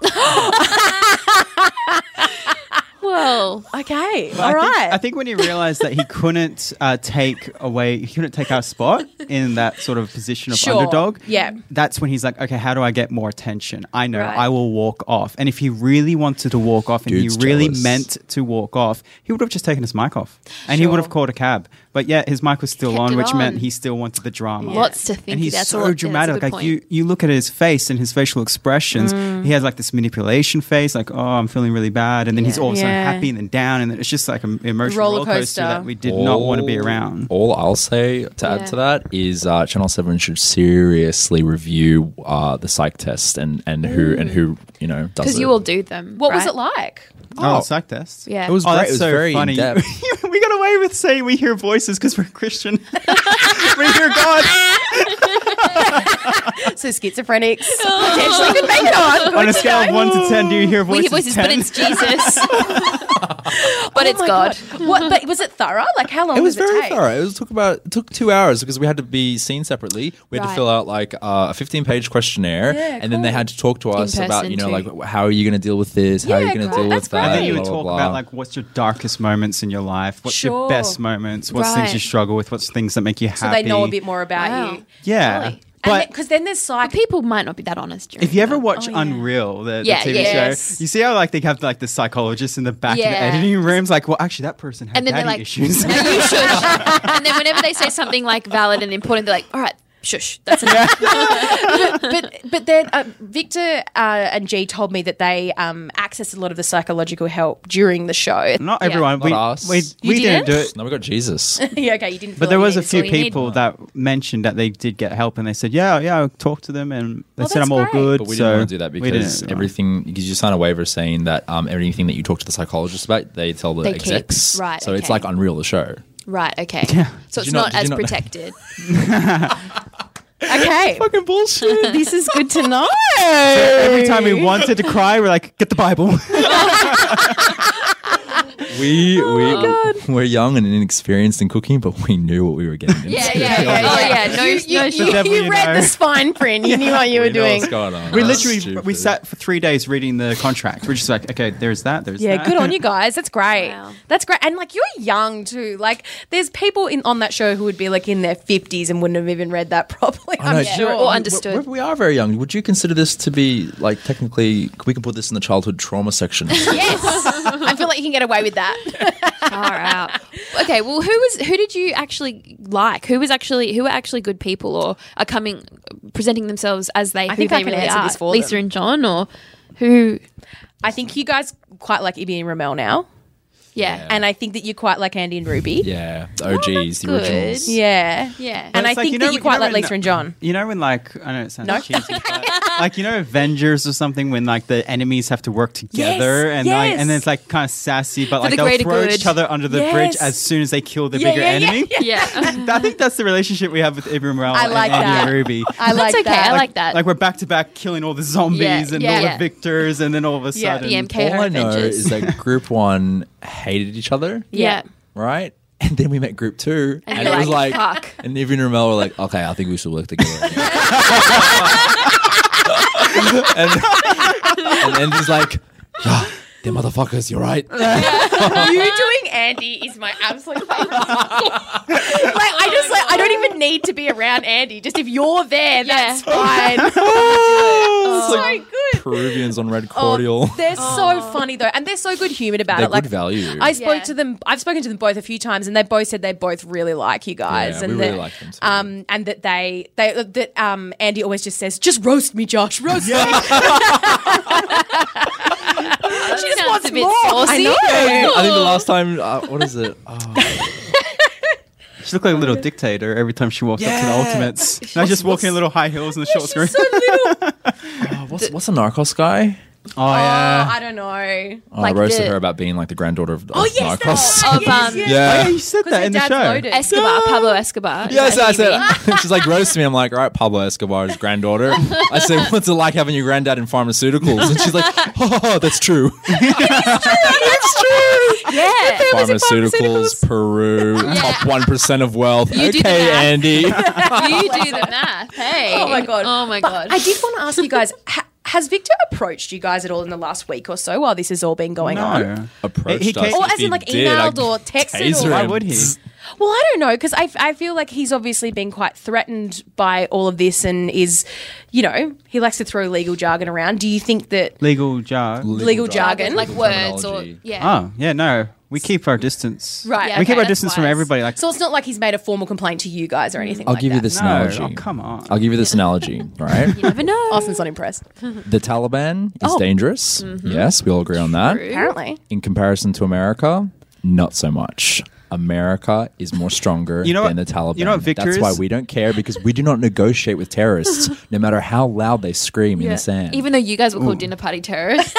Speaker 3: well,
Speaker 2: Okay, all
Speaker 5: I think-
Speaker 2: right.
Speaker 5: I think when he realized that he couldn't uh, take away, he couldn't take our spot in that sort of position of
Speaker 2: Sure.
Speaker 5: underdog.
Speaker 2: Yeah.
Speaker 5: That's when he's like, okay, how do I get more attention? I know,
Speaker 3: Right.
Speaker 5: I will walk off. And if he really wanted to walk off and
Speaker 1: Dude's
Speaker 5: he really
Speaker 1: jealous.
Speaker 5: meant to walk off, he would have just taken his mic off and he would have
Speaker 3: Sure.
Speaker 5: called a cab. But yeah, his mic was still
Speaker 3: Kept
Speaker 5: on,
Speaker 3: it
Speaker 5: which meant
Speaker 3: on.
Speaker 5: he still wanted the drama.
Speaker 3: Lots to think
Speaker 5: And he's
Speaker 3: about. That's a
Speaker 5: so
Speaker 3: lot- yeah, that's a
Speaker 5: dramatic.
Speaker 3: good
Speaker 5: Like
Speaker 3: point.
Speaker 5: you, you look at his face and his facial expressions.
Speaker 2: Mm.
Speaker 5: He has like this manipulation face, like oh, I'm feeling really bad, and then he's
Speaker 3: Yeah.
Speaker 5: also
Speaker 2: Yeah.
Speaker 5: happy and then down, and then it's just like an emotional
Speaker 2: Roller
Speaker 5: roller
Speaker 2: coaster.
Speaker 5: coaster that we *laughs* did not want to be
Speaker 1: All-
Speaker 5: around.
Speaker 1: All I'll say to
Speaker 3: Yeah.
Speaker 1: add to that is uh, Channel Seven should seriously review uh, the psych test and and who and who you know does
Speaker 3: because
Speaker 1: it.
Speaker 3: you all do them.
Speaker 2: what was
Speaker 3: right?
Speaker 2: it like?
Speaker 5: Oh,
Speaker 1: Oh.
Speaker 5: psych test.
Speaker 3: Yeah.
Speaker 1: It was
Speaker 5: Oh,
Speaker 1: great.
Speaker 5: that's
Speaker 1: It was
Speaker 5: so
Speaker 1: very
Speaker 5: funny.
Speaker 1: in
Speaker 5: *laughs*
Speaker 1: depth.
Speaker 5: we got away with saying we hear voices because we're Christian. *laughs* we
Speaker 2: *laughs*
Speaker 5: hear God.
Speaker 2: So Oh, schizophrenics *laughs* potentially could make it on.
Speaker 5: On a scale of one to ten, do you hear
Speaker 3: We
Speaker 5: voices?
Speaker 3: hear voices,
Speaker 5: 10?
Speaker 3: but
Speaker 1: *laughs*
Speaker 3: it's Jesus.
Speaker 2: Oh
Speaker 3: but it's God.
Speaker 2: What? But was it thorough? Like how
Speaker 1: *laughs*
Speaker 2: long?
Speaker 1: It was
Speaker 2: does
Speaker 1: very
Speaker 2: it take?
Speaker 1: thorough. It was took about it took two hours because we had to be seen separately. We had
Speaker 3: Right.
Speaker 1: to fill out like uh, a fifteen page questionnaire,
Speaker 2: Yeah,
Speaker 1: and then they
Speaker 2: cool.
Speaker 1: had to talk to us
Speaker 3: person
Speaker 1: about you know
Speaker 3: too.
Speaker 1: like wh- how are you going to deal with this? How are you
Speaker 2: Yeah,
Speaker 1: going to
Speaker 2: cool.
Speaker 1: deal
Speaker 2: That's
Speaker 1: with that?
Speaker 5: And then you would
Speaker 1: blah, blah,
Speaker 5: talk
Speaker 1: blah.
Speaker 5: about like what's your darkest moments in your life, what's
Speaker 2: Sure.
Speaker 5: your best moments, what's things
Speaker 3: Right.
Speaker 5: you struggle with, what's things that make you
Speaker 2: So
Speaker 5: happy.
Speaker 2: they know a bit more about
Speaker 3: Wow.
Speaker 2: you.
Speaker 5: Yeah,
Speaker 3: Really?
Speaker 5: but
Speaker 2: because then there's psych.
Speaker 3: People might not be that honest. during
Speaker 5: if you ever
Speaker 3: that.
Speaker 5: watch
Speaker 2: Oh, yeah.
Speaker 5: Unreal, the, the
Speaker 3: Yeah,
Speaker 5: TV
Speaker 2: yes.
Speaker 5: show, you see how like they have like the psychologists in the back of
Speaker 3: Yeah.
Speaker 5: the editing rooms, like, well, actually, that person had
Speaker 3: and then
Speaker 5: daddy
Speaker 3: they're like,
Speaker 5: issues.
Speaker 3: *laughs* "No, you should. and then whenever they say something like valid and important, they're like, all right, shush. That's enough.
Speaker 2: but but then uh, Victor uh, and G told me that they um, accessed a lot of the psychological help during the show.
Speaker 5: *laughs* Not
Speaker 3: Yeah.
Speaker 5: everyone.
Speaker 1: Not
Speaker 5: we
Speaker 1: us.
Speaker 5: we,
Speaker 1: You
Speaker 5: we
Speaker 3: didn't?
Speaker 5: didn't do it.
Speaker 1: No, we got Jesus.
Speaker 2: yeah, okay, you didn't. feel
Speaker 5: But there
Speaker 2: you
Speaker 5: was a
Speaker 2: needed to.
Speaker 5: few
Speaker 3: all you need.
Speaker 5: people that mentioned that they did get help, and they said, "Yeah, yeah, I talked to them, and they said
Speaker 2: that's
Speaker 5: I'm all
Speaker 2: great.
Speaker 5: good."
Speaker 1: But we
Speaker 5: so
Speaker 1: didn't want to do that
Speaker 5: we
Speaker 1: because
Speaker 5: didn't.
Speaker 1: everything because you sign a waiver saying that um, everything that you talk to the psychologist about, they tell the
Speaker 3: They keep.
Speaker 1: execs.
Speaker 3: Right,
Speaker 1: So it's
Speaker 3: okay.
Speaker 1: like Unreal the show.
Speaker 3: right. Okay. So
Speaker 1: Did
Speaker 3: it's
Speaker 1: you not-
Speaker 3: not,
Speaker 1: did you
Speaker 3: as
Speaker 1: not-
Speaker 3: protected. *laughs*
Speaker 2: Okay,
Speaker 1: Fucking
Speaker 2: *laughs*
Speaker 1: bullshit.
Speaker 2: this is good to know.
Speaker 5: Every time we wanted to cry, we're like, "Get the Bible."
Speaker 1: *laughs* we we *laughs* we're young and inexperienced in cooking, but we knew what we were getting into.
Speaker 3: yeah,
Speaker 1: *laughs*
Speaker 3: yeah, yeah.
Speaker 2: yeah.
Speaker 3: Oh yeah. No,
Speaker 2: you,
Speaker 3: no.
Speaker 2: you-
Speaker 3: Sure.
Speaker 5: devil
Speaker 2: you
Speaker 5: you
Speaker 2: read
Speaker 5: know.
Speaker 2: the spine print. You knew what you were
Speaker 1: We know
Speaker 2: doing.
Speaker 1: what's going on.
Speaker 5: we
Speaker 1: That's
Speaker 5: literally we
Speaker 1: stupid.
Speaker 5: sat for three days reading the contract. We're just like, "Okay, there's that. There's
Speaker 2: Yeah,
Speaker 5: that."
Speaker 2: good on you guys. That's great.
Speaker 3: Wow.
Speaker 2: That's great. And like you're young too. Like there's people in on that show who would be like in their fifties and wouldn't have even read that *laughs* properly.
Speaker 1: I know,
Speaker 2: I'm
Speaker 1: do you
Speaker 2: sure.
Speaker 1: know what?
Speaker 3: Or
Speaker 1: We-
Speaker 3: understood.
Speaker 1: we- we are very young. Would you consider this to be like technically? We can put this in the childhood trauma section.
Speaker 2: Yes, I feel like you can get away with that.
Speaker 3: Far out. Okay. Well, who was who did you actually like? Who was actually who were actually good people or are coming presenting themselves as they? I who
Speaker 2: think
Speaker 3: they
Speaker 2: I can
Speaker 3: really
Speaker 2: answer
Speaker 3: are?
Speaker 2: this for
Speaker 3: Lisa
Speaker 2: them.
Speaker 3: and John or who?
Speaker 2: *laughs* I think you guys quite like Ibby and Ramel now,
Speaker 3: Yeah.
Speaker 2: and I think that you quite like Andy and Ruby.
Speaker 1: yeah, the OGs, the
Speaker 3: good.
Speaker 1: originals.
Speaker 2: Yeah.
Speaker 3: Yeah.
Speaker 2: And
Speaker 5: It's
Speaker 2: I
Speaker 5: like,
Speaker 2: think
Speaker 5: you know-
Speaker 2: that
Speaker 5: you
Speaker 2: you
Speaker 5: know
Speaker 2: quite like
Speaker 5: when-
Speaker 2: Lisa and John.
Speaker 5: You know when like I know it sounds
Speaker 2: *laughs*
Speaker 5: cheesy, but, like you know Avengers or something when like the enemies have to work together and like
Speaker 2: yes.
Speaker 5: and it's like kind of sassy, but like
Speaker 3: the
Speaker 5: they'll
Speaker 3: greater
Speaker 5: throw
Speaker 3: good.
Speaker 5: each other under the
Speaker 2: Yes.
Speaker 5: bridge as soon as they kill the
Speaker 2: Yeah,
Speaker 5: bigger
Speaker 2: yeah, yeah,
Speaker 5: enemy. *laughs*
Speaker 3: yeah.
Speaker 5: I think that's the relationship we have with Ibram Morale
Speaker 2: I
Speaker 5: and
Speaker 2: like
Speaker 5: Andy
Speaker 2: that.
Speaker 5: and Ruby.
Speaker 2: I like
Speaker 3: That's okay.
Speaker 2: that.
Speaker 3: I like that.
Speaker 5: Like we're back to back killing all the zombies
Speaker 3: Yeah,
Speaker 5: and
Speaker 3: yeah.
Speaker 5: all
Speaker 3: Yeah.
Speaker 5: the victors, and then all of a
Speaker 2: Yeah,
Speaker 5: sudden,
Speaker 3: the
Speaker 5: *laughs*
Speaker 3: MK
Speaker 1: All I know
Speaker 3: Avengers.
Speaker 1: is that Group One hated each other,
Speaker 3: *laughs* yeah.
Speaker 1: right? And then we met Group Two, and,
Speaker 3: you're
Speaker 1: it was
Speaker 3: like,
Speaker 1: like, *laughs*
Speaker 3: "Fuck."
Speaker 1: and Ivy and Ramel were like, "Okay, I think we should work together." and, and then he's like, "Yeah, they're motherfuckers. You're right."
Speaker 2: you doing Andy is my absolute favorite. *laughs* like I just like I don't even need to be around Andy. Just if you're there, that's
Speaker 5: Oh!
Speaker 2: fine. Oh
Speaker 1: It's
Speaker 2: so
Speaker 1: like
Speaker 2: good.
Speaker 1: Peruvians on red cordial.
Speaker 2: Oh, They're
Speaker 3: *laughs*
Speaker 2: so funny though, and they're so good humoured about
Speaker 1: They're
Speaker 2: it. Like
Speaker 1: good value.
Speaker 2: I spoke
Speaker 3: Yeah.
Speaker 2: to them. I've spoken to them both a few times, and they both said they both really like you guys,
Speaker 1: Yeah,
Speaker 2: and
Speaker 1: we really
Speaker 2: that-
Speaker 1: like them too.
Speaker 2: Um, and that they they that um Andy always just says, "Just roast me, Josh. Roast me."
Speaker 3: She
Speaker 2: just wants more. I know.
Speaker 1: I think the last time, uh, what is it?
Speaker 2: *laughs*
Speaker 1: Oh,
Speaker 5: she looked like a little dictator every time she walked up to the
Speaker 1: Yeah.
Speaker 5: Ultimates. And I just walk in little high heels and the short skirt.
Speaker 2: She's so
Speaker 1: *laughs*
Speaker 2: little.
Speaker 1: what's, what's a Narcos guy?
Speaker 5: oh
Speaker 2: Oh,
Speaker 5: yeah.
Speaker 2: I don't know.
Speaker 1: Oh,
Speaker 3: Like
Speaker 1: I roasted
Speaker 3: the-
Speaker 1: her about being like the granddaughter of,
Speaker 2: Oh
Speaker 1: of
Speaker 2: yes,
Speaker 1: Narcos. *laughs*
Speaker 2: that's
Speaker 3: Of,
Speaker 2: yes,
Speaker 3: um,
Speaker 2: yes.
Speaker 1: Yeah.
Speaker 2: *laughs*
Speaker 5: you said that
Speaker 2: her
Speaker 5: in the
Speaker 2: dad's
Speaker 5: show.
Speaker 2: loaded.
Speaker 3: Escobar, Pablo Escobar.
Speaker 1: Yes,
Speaker 3: Is that
Speaker 1: I
Speaker 3: who you
Speaker 1: said.
Speaker 3: mean?
Speaker 1: *laughs* She's like roast me. I'm like, all right, Pablo Escobar's granddaughter. I
Speaker 2: *laughs*
Speaker 1: said, what's it like having your granddad in pharmaceuticals? And she's like, *laughs* oh, that's
Speaker 2: *laughs*
Speaker 1: true.
Speaker 3: Yeah.
Speaker 1: pharmaceuticals, Peru, top one percent of wealth.
Speaker 3: You did
Speaker 1: okay,
Speaker 2: *laughs*
Speaker 3: that.
Speaker 1: Andy.
Speaker 3: you do the math. Hey.
Speaker 2: Oh my god.
Speaker 3: Oh my
Speaker 2: But
Speaker 3: god.
Speaker 2: *laughs* I did want to ask you
Speaker 3: *laughs*
Speaker 2: guys: ha- Has Victor approached you guys at all in the last week or so while this has all been going on?
Speaker 5: No.
Speaker 1: Approached
Speaker 5: He came-
Speaker 1: us.
Speaker 2: Or
Speaker 1: If
Speaker 2: as in,
Speaker 1: he
Speaker 2: like,
Speaker 1: did, I'd
Speaker 2: emailed or texted
Speaker 1: taser
Speaker 2: or-
Speaker 5: Why
Speaker 1: him.
Speaker 5: would he?
Speaker 1: *laughs*
Speaker 2: Well, I don't know because I, I feel like he's obviously been quite threatened by all of this and is, you know, he likes to throw legal jargon around. Do you think that?
Speaker 5: Legal jar.
Speaker 2: Legal jargon.
Speaker 3: like words or
Speaker 1: terminology. Ah.
Speaker 3: yeah.
Speaker 5: Oh yeah, no. We keep our distance.
Speaker 2: Right,
Speaker 5: we
Speaker 2: okay,
Speaker 5: keep our
Speaker 3: that's
Speaker 5: distance from
Speaker 3: wise.
Speaker 5: everybody. Like,
Speaker 2: So it's not like he's made a formal complaint to you guys or anything.
Speaker 1: I'll
Speaker 2: like
Speaker 1: give
Speaker 2: that.
Speaker 1: you this
Speaker 5: no.
Speaker 1: analogy.
Speaker 5: Oh, come on.
Speaker 1: I'll give you
Speaker 2: *laughs*
Speaker 1: this analogy, all right?
Speaker 3: You never know.
Speaker 2: Austin's not impressed.
Speaker 1: The Taliban is
Speaker 2: Oh.
Speaker 1: dangerous.
Speaker 2: Mm-hmm.
Speaker 1: Yes, we all agree on that.
Speaker 2: Apparently,
Speaker 1: In comparison to America, not so much. America is more stronger
Speaker 5: You know
Speaker 1: than
Speaker 5: what-
Speaker 1: the Taliban.
Speaker 5: you know what Victor
Speaker 1: That's
Speaker 5: is?
Speaker 1: why we don't care because we do not negotiate with
Speaker 2: *laughs*
Speaker 1: terrorists, no matter how loud they scream in the sand.
Speaker 3: Even though you guys were called dinner
Speaker 2: *laughs*
Speaker 3: party terrorists,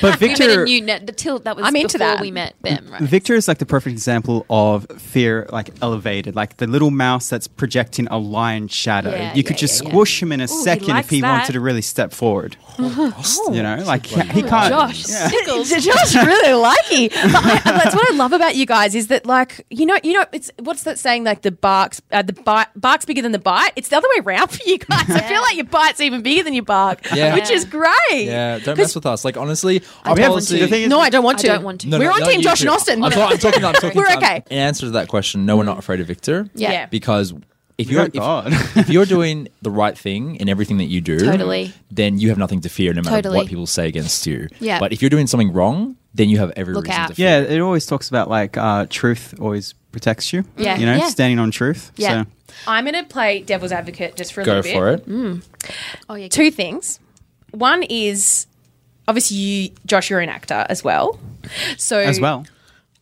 Speaker 5: but
Speaker 3: you met a
Speaker 5: Victor,
Speaker 3: new net. The till that was
Speaker 2: I'm into
Speaker 3: before
Speaker 2: that.
Speaker 3: we met them, right?
Speaker 5: Victor is like the perfect example of fear, like elevated, like the little mouse that's projecting a lion shadow.
Speaker 3: Yeah,
Speaker 5: you could
Speaker 3: yeah,
Speaker 5: just
Speaker 3: yeah, yeah.
Speaker 5: squash him in a second
Speaker 3: likes
Speaker 5: if he
Speaker 3: that. Oh,
Speaker 5: wanted to really
Speaker 3: *laughs*
Speaker 5: step forward. you know, like he, he can't.
Speaker 3: Josh,
Speaker 5: yeah.
Speaker 2: *laughs*
Speaker 3: Sickles.
Speaker 2: Josh really likey. But I, that's what I love about you guys is that like you know you know it's what's that saying like the barks uh, the bite barks bigger than the bite. It's the other way around for you guys. I feel like your bite's even bigger than your bark,
Speaker 1: Yeah.
Speaker 2: which is great.
Speaker 1: yeah, don't mess with us. Like honestly, our
Speaker 5: We haven't-
Speaker 1: policy.
Speaker 5: the thing is,
Speaker 2: No, I don't want
Speaker 3: I
Speaker 2: to.
Speaker 3: don't want to.
Speaker 1: No,
Speaker 2: We're
Speaker 1: no,
Speaker 2: on
Speaker 1: no,
Speaker 2: Team
Speaker 1: you
Speaker 2: Josh
Speaker 1: two.
Speaker 2: and Austin.
Speaker 1: I'm, talking- I'm talking. I'm talking.
Speaker 2: *laughs* We're
Speaker 1: I'm-
Speaker 2: okay.
Speaker 1: in answer to that question, no, we're not afraid of Victor.
Speaker 3: Yeah.
Speaker 1: because if
Speaker 5: Oh,
Speaker 1: you're if,
Speaker 5: God. *laughs*
Speaker 1: if you're doing the right thing in everything that you do,
Speaker 3: Totally.
Speaker 1: then you have nothing to fear, no matter
Speaker 3: Totally.
Speaker 1: what people say against you.
Speaker 3: Yeah.
Speaker 1: But if you're doing something wrong, then you have every
Speaker 3: Look
Speaker 1: reason
Speaker 3: out.
Speaker 1: to fear.
Speaker 5: yeah, it always talks about like uh, truth always protects you.
Speaker 3: Yeah.
Speaker 5: You know,
Speaker 3: Yeah.
Speaker 5: standing on truth.
Speaker 3: Yeah.
Speaker 5: So
Speaker 2: I'm going to play devil's advocate just for a
Speaker 1: Go
Speaker 2: little bit.
Speaker 1: for
Speaker 3: Mm.
Speaker 1: it.
Speaker 3: Oh yeah.
Speaker 2: two things. One is obviously you, Josh, you're an actor as well. So
Speaker 5: as well.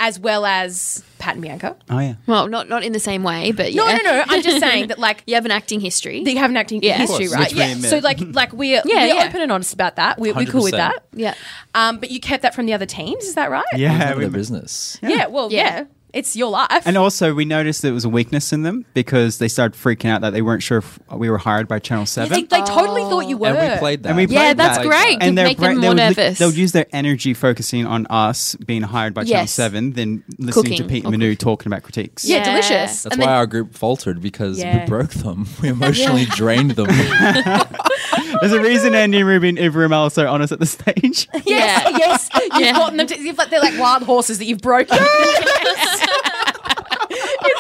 Speaker 2: as well as Pat and Bianca.
Speaker 5: Oh yeah.
Speaker 3: Well, not not in the same way, but
Speaker 2: No,
Speaker 3: yeah.
Speaker 2: no, no. I'm just saying that *laughs* like
Speaker 3: *laughs* You have an acting history.
Speaker 2: they have an acting
Speaker 3: Yeah. Of
Speaker 2: history,
Speaker 5: course,
Speaker 2: right?
Speaker 5: which we
Speaker 2: Yeah.
Speaker 5: admit.
Speaker 1: *laughs*
Speaker 2: So like like we're
Speaker 3: Yeah,
Speaker 2: we're
Speaker 3: yeah.
Speaker 2: open and honest about that. We're, we're cool with
Speaker 1: 100%.
Speaker 2: that.
Speaker 3: yeah.
Speaker 2: Um, but you kept that from the other teams, is that right?
Speaker 5: Yeah.
Speaker 1: None of
Speaker 5: we-
Speaker 1: their business.
Speaker 2: Yeah. well, yeah.
Speaker 3: Yeah.
Speaker 2: It's your life.
Speaker 5: and also, we noticed there was a weakness in them because they started freaking out that they weren't sure if we were hired by Channel
Speaker 2: they,
Speaker 5: 7.
Speaker 2: they totally thought you were.
Speaker 1: And we played that.
Speaker 5: And we
Speaker 3: Yeah,
Speaker 5: played
Speaker 3: that's
Speaker 5: that.
Speaker 3: great. Did
Speaker 5: their
Speaker 3: make them
Speaker 5: they
Speaker 3: more
Speaker 5: would li-
Speaker 3: nervous.
Speaker 5: They'll use their energy focusing on us being hired by Channel
Speaker 3: Yes.
Speaker 5: 7 than listening
Speaker 3: Cooking
Speaker 5: to Pete
Speaker 3: or
Speaker 5: and Manu talking about critiques.
Speaker 2: yeah,
Speaker 3: Yeah.
Speaker 2: delicious.
Speaker 1: That's
Speaker 2: And
Speaker 1: why
Speaker 2: then-
Speaker 1: our group faltered because
Speaker 2: Yeah.
Speaker 1: we broke them.
Speaker 3: *laughs*
Speaker 1: We emotionally drained them.
Speaker 5: There's a reason Andy and Ruby and Ibrahim are so honest at the stage.
Speaker 2: *laughs* yes,
Speaker 5: *laughs*
Speaker 3: Yeah.
Speaker 2: yes. You've
Speaker 3: Yeah.
Speaker 2: gotten them to, you've, like, they're like wild horses that you've broken.